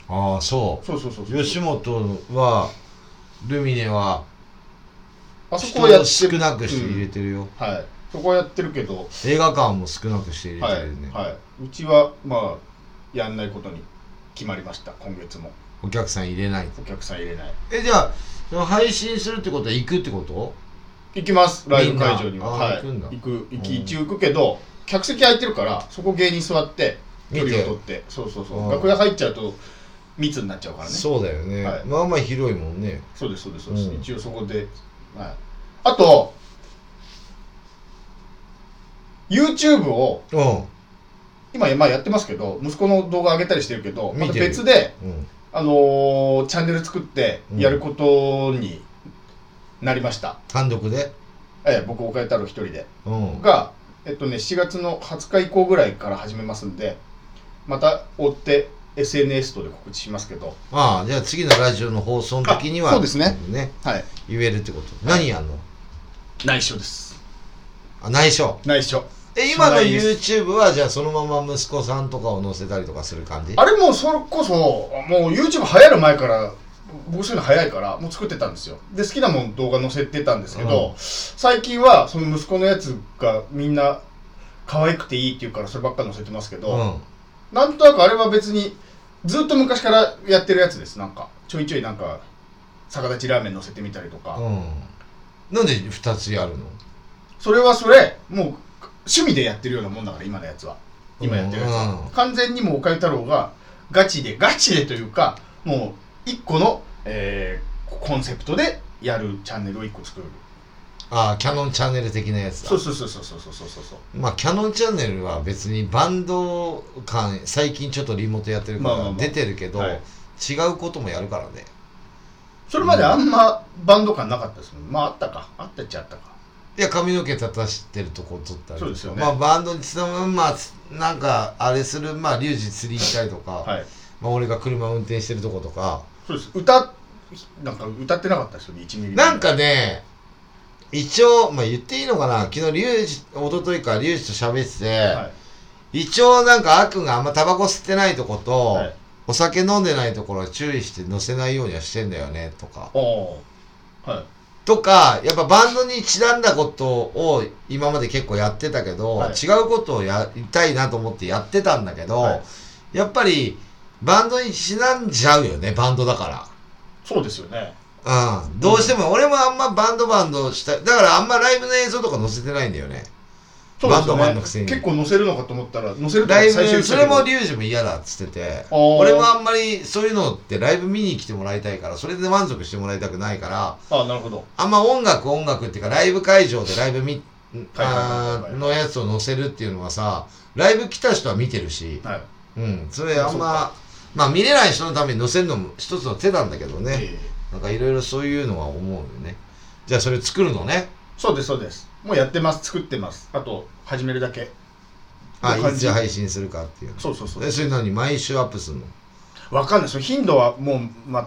ああそ
そうそうそうそう
う吉本はルミネは
あそ
人
こはやっ
を
て
少なくして入れ
うん
てるよ、
はいそこはやってるけど、
映画館も少なくして入れ
は
て
い
るね、
はい、うちはまあやんないことに決まりました今月も
お客さん入れない
お客さん入れない
えじゃあその配信するってことは行くってこと
行きますライブ会場に
み
は
んなあ
はい
行くんだ
行く行
うん
き一応行くけど客席空いてるからそこ芸人座って
見
距
て
離を取ってそうそうそ
うん
う楽屋入っちゃうと密になっちゃうからねそう
そうだよね、
はい
まあまあ広いもんね
ですそうですそうです、
うん
一応そこで、はい、あと YouTube を
う
今、まあ、やってますけど息子の動画上げたりしてるけどま
見
た
てる
別で
んうん
あのーチャンネル作って
うん
やることになりました、
単独で
ええ僕岡谷太郎一人で
うん
がえっとね7月の20日以降ぐらいから始めますんでまた追って SNS とで告知しますけど
ああじゃあ次のラジオの放送の時には
あそうですねはい
言えるってこと何やんの
内緒です
あ内緒
内緒
え今の
そうなんです
YouTube はじゃあそのまま息子さんとかを載せたりとかする感じ
あれもうそれこそもう YouTube 流行る前から僕そういうの早いからもう作ってたんですよで好きなもん動画載せてたんですけど、
うん
最近はその息子のやつがみんな可愛くていいって言うからそればっか載せてますけど、
うん
なんとなくあれは別にずっと昔からやってるやつですなんかちょいちょいなんか逆立ちラーメン乗せてみたりとか、
うんなんで2つやるの
それはそれもう趣味でやってるようなもんだから今のやつは今やってるやつは、
うん
完全にもうおかゆ太郎がガチでガチでというかもう一個の、えーコンセプトでやるチャンネルを一個作る
ああキャノンチャンネル的なやつだ
そうそうそうそうそうそうそうそう
まあキャノンチャンネルは別にバンド感最近ちょっとリモートやってるか
まあまあ
ら
まあ
出てるけど、
はい
違うこともやるからね
それまであんまバンド感なかったですもんまああったかあったっちゃあったか
いや髪の毛立たしてるとこ撮ったりとか
そうですよね
まあ、バンドにつながまあつなんかあれするまあリュウジ釣り行ったりとか、
はい
まあ、俺が車運転してるとことか
そうです歌なんか歌ってなかったですよね1ミリ
なんかね、一応、まあ、言っていいのかな、昨日、リュウジ、一昨日か、リュウジと喋ってて、
はい
一応、なんか、悪があんまタバコ吸ってないとこと、
はい
お酒飲んでないところは注意して乗せないようにはしてんだよねとか
おーはい
とかやっぱバンドにちなんだことを今まで結構やってたけど、
はい
違うことをやりたいなと思ってやってたんだけど、
はい
やっぱりバンドにちなんじゃうよねバンドだから。
そうですよね
うん、どうしても俺もあんまバンドバンドしただからあんまライブの映像とか載せてないんだよね
そうです
バンド
よ
マンの
ね
くせに
結構載せるのかと思ったら載せると
ライ
最
ブ
初に
それもリュウジも嫌だっつってて
あー
俺もあんまりそういうのってライブ見に来てもらいたいからそれで満足してもらいたくないから
あなるほど
あんま音楽音楽っていうかライブ会場でライブみ
はいはいはい
あ
はい
ーのやつを載せるっていうのはさライブ来た人は見てるし、
はい
うん、それあん
そう
ま
か
まあ見れない人のために載せるのも一つの手なんだけどね、
ええ
なんかいろいろそういうのは思うよねじゃあそれ作るのね
そうですそうですもうやってます作ってますあと始めるだけ
あ
どう
い
感
つ
じ
配信するかっていう
そうそうそう
えそれ何毎週アップするの
わかんないその頻度はもう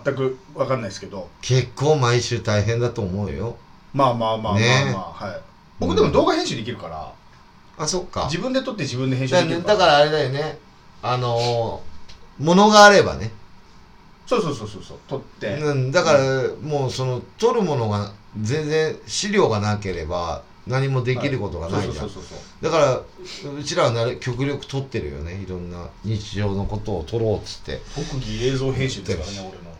全くわかんないですけど
結構毎週大変だと思うよ
まあまあまあまあまあ、
ね
はい僕でも動画編集できるから、
あそっか
自分で撮って自分で編集で
だ
きる
だからあれだよねあのー、ものがあればね、
そうそうそうそうそう撮って、
うん、だからもうその取るものが全然資料がなければ何もできることがないじゃ
そうんそうそうそう
だからうちらはなる極力取ってるよねいろんな日常のことを取ろうっつって
そう特技映像編集ですからね俺の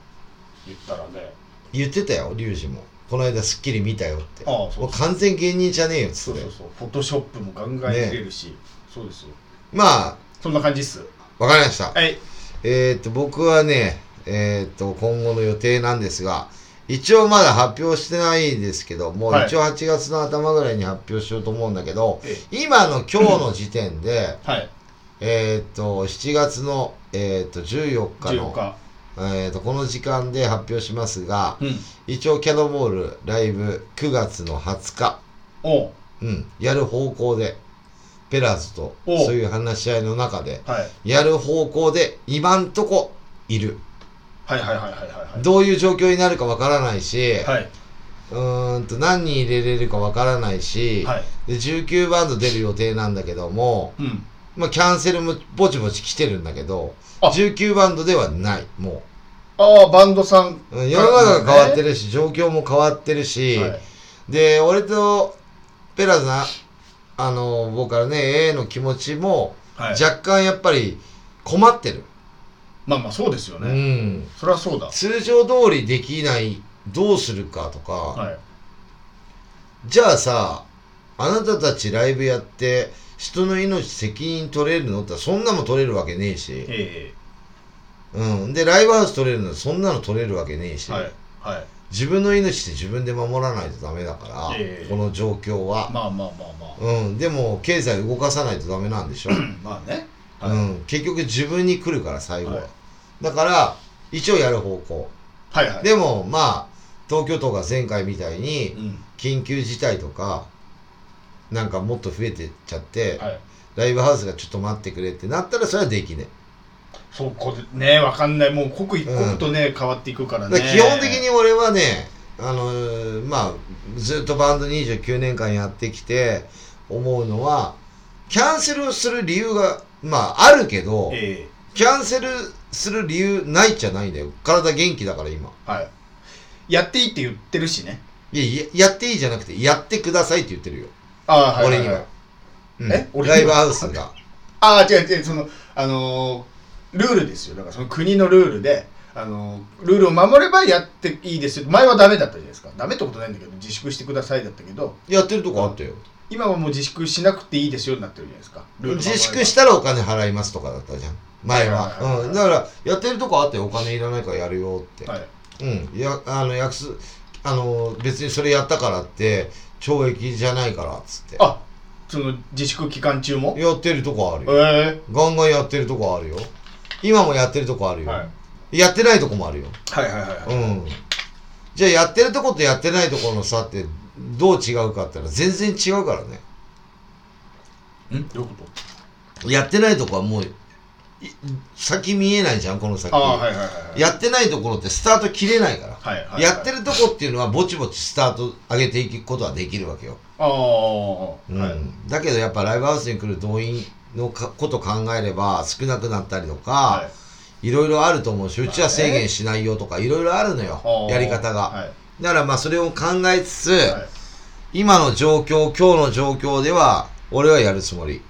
言ったらね
言ってたよリュウジもこの間『スッキリ』見たよって
ああそう
もう完全芸人じゃねえよっつ
そ
っ
う
て
そうそうフォトショップもガンガン入れるし、そうですよ
まあ
そんな感じっす
わかりました、
はい
えーっと、僕はね、えーっと、今後の予定なんですが、一応まだ発表してないですけど、もう
はい
一応8月の頭ぐらいに発表しようと思うんだけど、
え
今の今日の時点で、
はい
えーっと、7月の、えーっと、14日
14
の、
日
えーっと、この時間で発表しますが、
うん
一応キャノボールライブ9月の20日、
おう
うん、やる方向で、ペラーズと、
お
そういう話し合いの中で、
はい
やる方向で、今んとこ、いる。
はいはいはいはいはい
どういう状況になるかわからないし、
は
うーんと何人入れれるかわからないし、
いはい
で19バンド出る予定なんだけども、
うん
まあ、キャンセルもぼちぼち来てるんだけど
あ
19バンドではないも
ああバンドさん
ううん世の中が変わってるし、状況も変わってるし、
はい
で俺とペラザあの僕からね A の気持ちも
はい
若干やっぱり困ってる、
まあまあそうですよね、
うん、
そりゃそうだ
通常通りできないどうするかとか、
はい
じゃあさあなたたちライブやって人の命責任取れるのってそんなもん取れるわけねえし、
え
うん、でライブハウス取れるのそんなの取れるわけねえ
え
し、
はいはい
自分の命って自分で守らないとダメだから、
ええ
この状況は、
まあまあまあま
うん、でも経済動かさないとダメなんでしょ、
あまあね
う
はい
ん、結局自分に来るから最後は、
はい
だから一応やる方向
はいはい
でもまあ東京都が前回みたいに
うん
緊急事態とかなんかもっと増えてっちゃって、
はい
ライブハウスがちょっと待ってくれってなったらそれはできね
そうこれねわかんないもう刻一
う
刻
ん
とね、変わっていくから
え
ね
だから基本的に俺はねあのーまあずっとバンド29年間やってきて思うのはキャンセルをする理由がまああるけど
え
キャンセルする理由ないじゃないんだよ体元気だから今
えはいやっていいって言ってるしね
いやややっていいじゃなくてやってくださいって言ってるよ、
ああはいはい、
俺には、うん
え俺には
ライブハウスが
ああ違う違うそのあのールールですよだからその国のルールであのールールを守ればやっていいですよ前はダメだったじゃないですかダメってことないんだけど自粛してくださいだったけど
やってるとこあったよ
今はもう自粛しなくていいですよになってるじゃないですかルール守れば
自粛したらお金払いますとかだったじゃん前
はいはいはい
は、
は
う
い
ん、だからやってるとこあってお金いらないからやるよって、
はい
うんやあの約束あの別にそれやったからって懲役じゃないからっつって
あその自粛期間中も
やってるとこある
ええ
よガンガンやってるとこあるよ今もやってるとこあるよ、
はい
やってないとこもあるよ
はいはいはいは
う
い
んじゃあやってるとことやってないとこの差ってどう違うかって言ったら全然違うからね
うんどういうこ
やってないとこはもうい先見えないじゃんこの先
とああはいはいはいはい
やってないところってスタート切れないから、
はいはいはい
やってるとこっていうのはぼちぼちスタート上げていくことはできるわけよ、
ああ、は
うん
い、
だけどやっぱライブハウスに来る動員のかこと考えれば少なくなったりとか、
はい
いろいろあると思うし、うちは制限しないよとか、いろいろあるのよ
あ、ー
やり方が。
はい
だからまあそれを考えつつ、
はい
今の状況、今日の状況では、俺はやるつもり。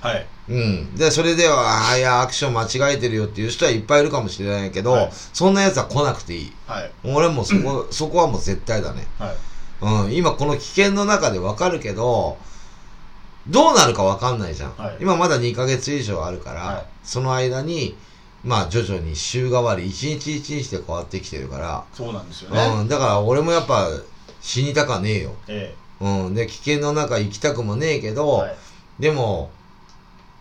はい
うん。で、それでは、ああ、いや、アクション間違えてるよっていう人はいっぱいいるかもしれないけど、
はい
そんな奴は来なくていい。
はい
俺はもうそこ、そこはもう絶対だね。
はい
うん。今この危険の中でわかるけど、どうなるかわかんないじゃん。
はい
今まだ2ヶ月以上あるから、
はい
その間に、まあ徐々に週替わり、一日一日で変わってきてるか
そうなんですよね
ら、うん。だから俺もやっぱ死にたかねえよ。
え
うん。で、危険の中行きたくもねえけど、
えはい
でも、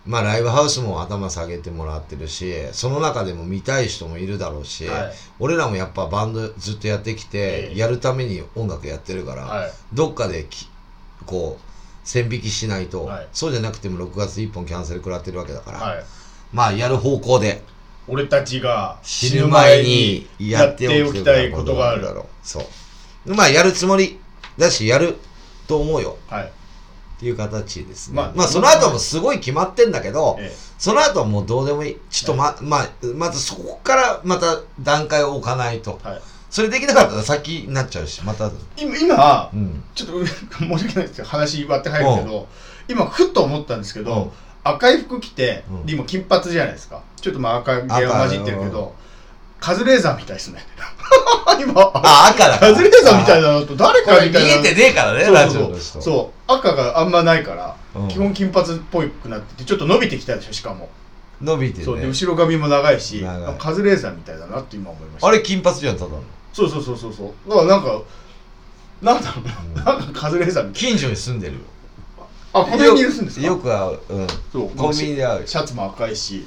まあライブハウスも頭下げてもらってるし、その中でも見たい人もいるだろうし、
はい
俺らもやっぱバンドずっとやってきて、
ええ
やるために音楽やってるから、
はい
どっかできこう、線引きしないと、
はい
そうじゃなくても6月1本キャンセル食らってるわけだから、
はい
まあやる方向で
俺たちが
死ぬ前にやっておきたいことがある
や
だ
って
ろう。そう。まあやるつもりだし、やると思うよ。
おきたいことがあるはい
っていう形ですね。
まあ
まあ、その後もすごい決まってんだけど、
え
その後はもうどうでもいい。ちょっとま、まあ、まずそこからまた段階を置かないと。
えはい
それできなかったら先になっちゃうし、また。う
今今
ん。
ちょっと申し訳ないですけど話割って入るけど今ふっと思ったんですけ
うん
ど赤い服着て
うん
で今金髪じゃないですかちょっとまあ赤毛が混じってるけ
赤う
どカズレーザーみたいですね (laughs) 今
あ、赤だか
カ
ら。
ズレーザーみたい
な。
だなと誰
こ
か
れ
みたいな
見えてねえからね、
そう
ラジオ
そう
の人。
そうそう赤があんまないから、
うん
基本金髪っぽくなっててちょっと伸びてきたでしょしかも、
伸びてね。
そうで後ろ髪も長いし
長い
カズレーザーみたいだなって今思いました
あれ金髪じゃん、ただの。
そうそうそうそうそうだからなんかなんだろうな,、
うん
なんかカズレーザーみたい
近所に住んでるよ。
なあこの辺にいるんですか
よく会う。うん。
そう
コンビニで会うよ
シャツも赤いし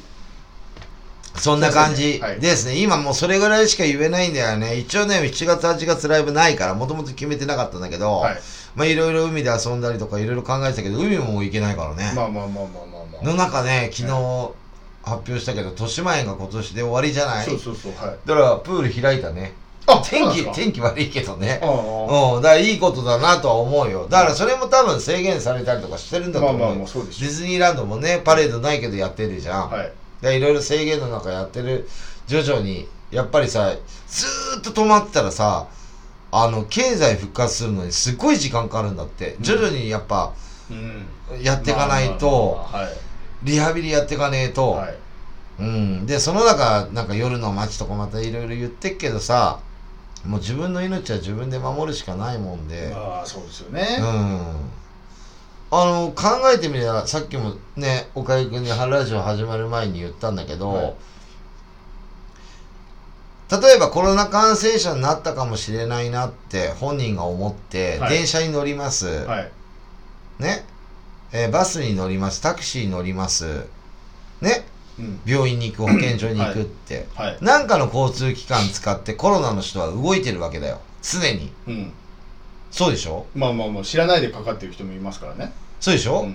そんな感じ
はい
ですね。今もうそれぐらいしか言えないんだよね。一応ね、7月、8月ライブないから、もともと決めてなかったんだけど、
はい
まあいろいろ海で遊んだりとかいろいろ考えてたけど、海ももう行けないからね。
まあまあまあまあまあま
の中ね、昨日発表したけど、豊島園が今年で終わりじゃ
あ、
ない
そうそうそうはい
だからプール開いたね。
あ
天
そうな
気、
んですか
天気悪いけどね
あ。
うん、だ
あ
からいいことだなとは思うよ。だからそれも多分制限されたりとかしてるんだと
まあ
思うよ。
まあまあそうでし
ディズニーランドもね、パレードないけどやってるじゃ
ょ
ん。
はい
でいろいろ制限の中やってる徐々にやっぱりさずーっと止まってたらさあの経済復活するのにすごい時間かかるんだって徐々にやっぱ
うん
やっていかないと
まあまあまあまあはい
リハビリやっていかねえと、
はい
うんでその中なんか夜の街とかまたいろいろ言ってっけどさもう自分の命は自分で守るしかないもんで、
まあそうですよね、
うんあの考えてみればさっきもね岡井君に「春ラジオ」始まる前に言ったんだけど、
はい
例えばコロナ感染者になったかもしれないなって本人が思って、
はい
電車に乗ります、
はい
ね、えーバスに乗りますタクシーに乗りますね
うん
病院に行く保健所に行くって、
はい
なんかの交通機関使ってコロナの人は動いてるわけだよ常に
うん
そうでしょ
まあまあまあ知らないでかかってる人もいますからね
そうでしょ、
うん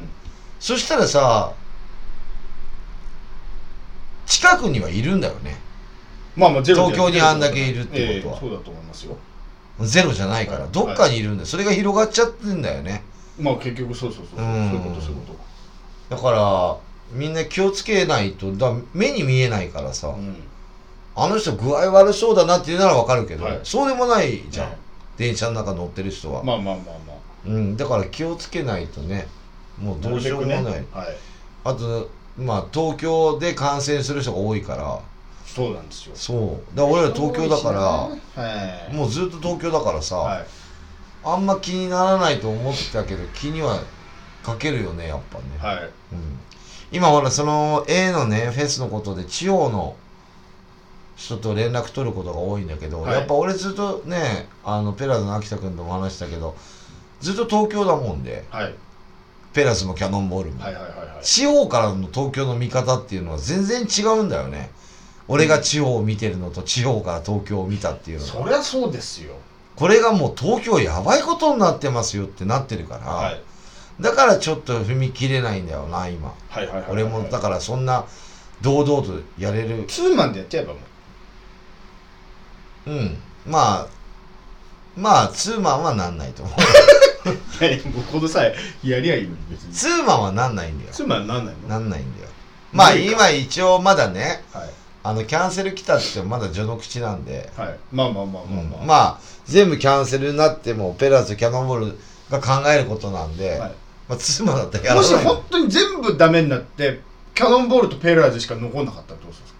そしたらさ、近くにはいるんだよね。
まあまあゼロで
東京にあんだけいるってことは
ええそうだと思いますよ
ゼロじゃないから、
はい
どっかにいるんだよ。それが広がっちゃってんだよね。
まあ結局そうそうそうそう
う
そうんいうことそういうこ
だから、みんな気をつけないと、だ目に見えないからさ、
とうん
あの人具合悪そうだなっていうならわかるけど、
はい
そうでもないじゃん。
はい
電車の中乗ってる人は、
まあまあまあまあ
うん。だから気をつけないとね、もうどうしようもない。
なるべくねはい
あと、まあ東京で感染する人が多いから、
そうなんですよ
そう。だから俺ら東京だから、
はい
もうずっと東京だからさ、
はい
あんま気にならないと思ってたけど気にはかけるよねやっぱね、
はい
うん、今ほらその A のねフェスのことで地方の人と連絡取ることが多いんだけど、
はい
やっぱ俺ずっとねあのペラーズの秋田君とも話したけどずっと東京だもんで
はい
ペラーズもキャノンボールも、
はいはいはいはい
地方からの東京の見方っていうのは全然違うんだよね俺が地方を見てるのと地方から東京を見たっていうのは
そりゃそうですよ
これがもう東京やばいことになってますよってなってるから、
はい
だからちょっと踏み切れないんだよな今
はいはいはいはい
俺もだからそんな堂々とやれる
ツーマンでやっちゃえばもう (laughs)
うんまあまあツーマンはなんないと思う (laughs)
いやいやもうこの際やりゃいいのに別に
ツーマンはなんないんだよ
ツーマンなんないの
なんないんだよまあ
無理か
今一応まだね
はい
あのキャンセル来たって言ってもまだ序の口なんで、
はい。まあまあまあまあまあ。
まあ全部キャンセルになってもペラーズとキャノンボールが考えることなんで、
はい
まあ対馬だったらやら
も
ない
し本当に全部ダメになってキャノンボールとペーラーズしか残んなかったらどうするんですか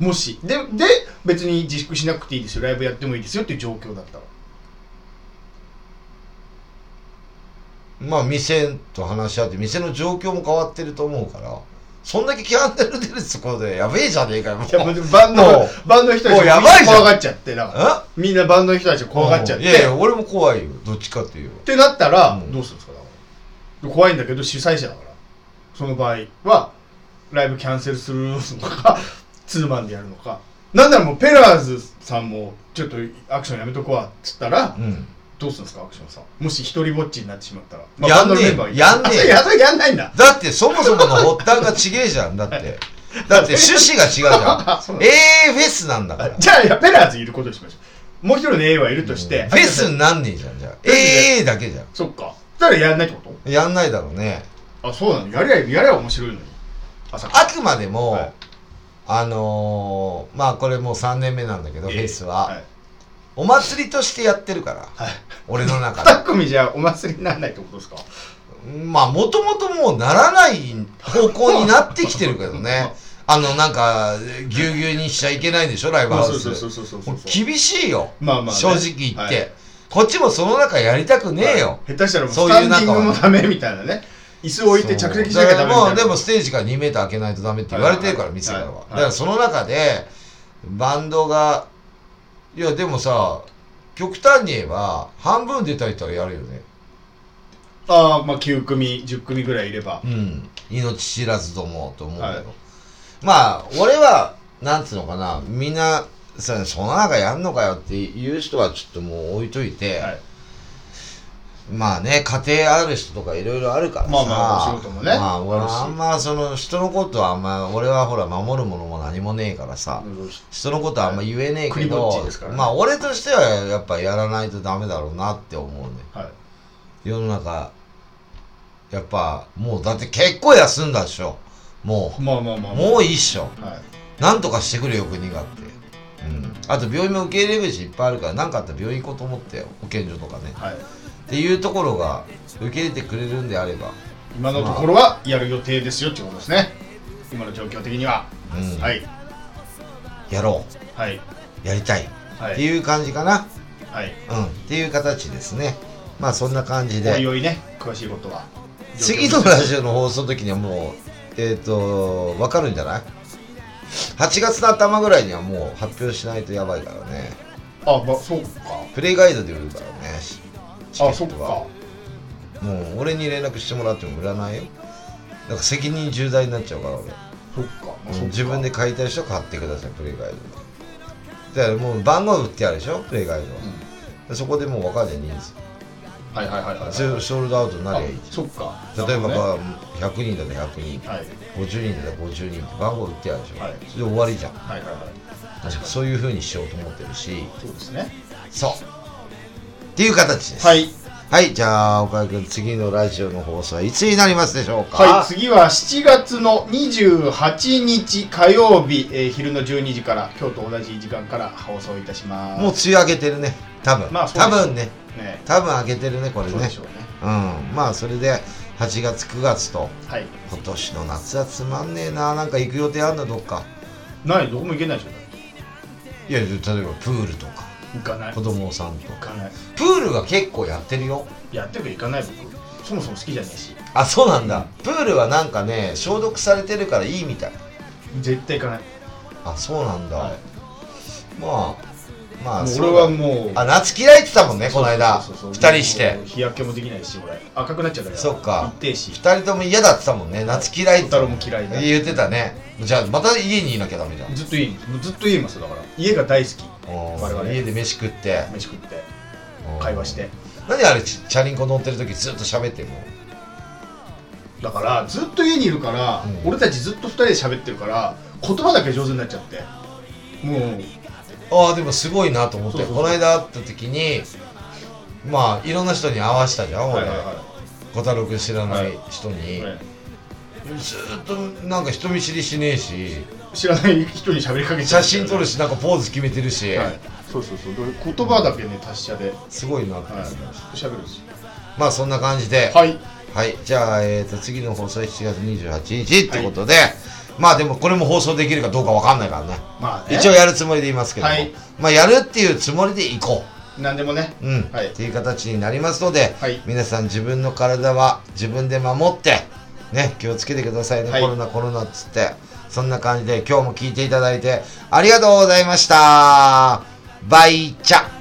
もしでで別に自粛しなくていいですよライブやってもいいですよっていう状況だったら
まあ店と話し合って店の状況も変わってると思うからそんだけキャンセル出るところでやべえじゃねえかよもう
いやもうバンド
も
バンドの人たち
もうやばいじゃん
みんな怖がっちゃってだから
え
みんなバンドの人たちが怖がっちゃって
いやいや俺も怖いよどっちかっていう
ってなったら
うん
どうするんですかだから怖いんだけど主催者だからその場合はライブキャンセルするのか (laughs) ツーマンでやるのかなんならもうペラーズさんもちょっとアクションやめとこわっつったら
うん
どうするんですかアクションさんもし一人ぼっちになってしまったら、
やんねえよ
バンドのメンバーが
やんねえよ
あやそれやん (laughs) ないんだ
だってそもそもの発端が違えじゃんだってだって趣旨が違うじゃ
(laughs) そうんな
AA
の
フェスなんだから
じゃあいやペラーズいることにしましょうもう一人の A はいるとして、
フェスになんねえじゃんじゃあ
フェスで
AA だけじゃん
そっかそしたらやんないってこ
やんないだろうね
とあそうなのやりゃやりゃ面白いのに朝
あくまでも、
はい
あのーまあこれもう3年目なんだけど、フェスは、
はい
お祭りとしてやってるから、
はい
俺の中で (laughs)
二組じゃお祭りにならないってことですか
まあ、もともともうならない方向になってきてるけどね。
(laughs)
あの、なんか、ぎゅうぎゅうにしちゃいけないでしょ、ライブ
ま
ハ
あ
ウ
そう
ス
そう。そうそうそうそう
もう厳しいよ。
まあまあね
正直言って、
はい
こっちもその中やりたくねえよ。
はい下手したらもう
そう
ス
いう
タンデ
中は
ィングもダメみたいなね椅子置いて着席しなきゃダ
そうだか
メみたいな
らもうでもステージから2メーター開けないとダメって言われてるから、
はい
店からは、
はい
だからその中でバンドがいやでもさ極端に言えば半分出た人はやるよね
ああまあ9組10組ぐらいいれば
うん命知らずともと思うけど、
はい
まあ俺はなんつうのかなみんなさその中やんのかよっていう人はちょっともう置いといて、
はい
まあね家庭ある人とかいろいろあるからさ
まあまあお仕事もね
まあ俺
あるし
はあんまその人のことはあんま俺はほら守るものも何もねえからさ、人のことはあんま言えねえけど、
はいクリぼっちですからね
まあ俺としてはやっぱやらないとダメだろうなって思うね
はい
世の中やっぱもうだって結構休んだでしょもう
まあまあまあま
もういいっしょ
あはい
なんとかしてくれよ国がって、うん、あと病院も受け入れ口いっぱいあるから何かあったら病院行こうと思ってよ保健所とかね
はい
っていうところが受け入れてくれるんであれば
今のところはやる予定ですよってことですね今の状況的には
うん
はい
やろ
はい
うんやりたい、
は
って
い
いう感じかな
はい
うんっていう形ですねまあそんな感じ
おい
で
おいね詳しいことは
次のラジオの放送の時にはもうえっ、とわかるんじゃない8月の頭ぐらいにはもう発表しないとやばいからね
あまあそうか
プレイガイドで売るからねチケ
あそ
ッ
っ
ト
か
はもう俺に連絡してもらっても売らないよなんか責任重大になっちゃうから俺
そっかまあそっか
自分で買いたい人は買ってくださいプレイガイドでだからもう番号売ってあるでしょプレイガイドは、でそこでもう分かんない人数
はいはいはいはい
それショールドアウトになりゃいい
あそっか
じゃん例えば
なるほどね
まあ100人だと100人
はい
50人だと50人って番号売ってあるでしょ、
はい
それで終わりじゃん
はいはいはい
そういうふうにしようと思ってるし
そうですね
そうっていう形です
はい
はい、じゃあ岡田君次のラジオの放送はいつになりますでしょうか
はい、次は7月の28日火曜日、えー昼の12時から今日と同じ時間から放送いたします。
もう梅雨明けてるね多分、
まあそうでし
多
ょう
分ね
ね、
多分明けてるねこれ
そう
ね
でしょうね。
うんまあそれで8月9月と
はい。
今年の夏はつまんねえななんか行く予定あんだどっか
ない、どこも行けないでしょ。だっ
い
て
や例えばプールとか
行かない。
子供さんと
行
か
かない。
プールは結構やってるよ
やってるけど行かない僕。そもそも好きじゃないし。
あそうなんだ、プールはなんかね消毒されてるからいいみたい
絶対行かない。
あそうなんだ、
は
まあまあ
もう
そ
俺
うだ
はもう。
あ夏嫌いって言ったもんねこの間
そうそうそう
2人して
もう日焼けもできないし、俺。赤くなっちゃうから。
そっか
一定し。
2人とも嫌だって言ったもんね夏嫌いって
太郎も嫌いだ。
言ってたねじゃあまた家にいなきゃダメじゃん
ずっといいんです。もうずっと言いますよだから。家が大好き。
うん
我々
家で飯食って
飯食って、
うん
会話して。
何あれちチャリンコ乗ってる時ずっと喋ってるの
だからずっと家にいるから、
うん
俺たちずっと2人で喋ってるから言葉だけ上手になっちゃってもう
ああでもすごいなと思って
そうそう
この間会った時にまあいろんな人に会わしたじゃん
はい
俺
は
小太郎君知らない人
い
に
はい
ずーっとなんか人見知りしねえし
知らない人に喋りかけちゃう
写真撮るしなんかポーズ決めてるし、
はい、そうそうそうで言葉だけね達者で、はい、
すごいなって思いま
ずっ
す、
と喋るんですよ
まあそんな感じでは、
はいい
じゃあ、えー、と次の放送は7月28日ってことで、まあでもこれも放送できるかどうかわかんないからね
まあね
一応やるつもりでいますけども、
はい
まあやるっていうつもりでいこ
何でもね
う、うん
はい
っていう形になりますので、
はい
皆さん自分の体は自分で守ってね気をつけてくださいね、
はい
コロナコロナっつってそんな感じで今日も聞いていただいてありがとうございましたバイチャ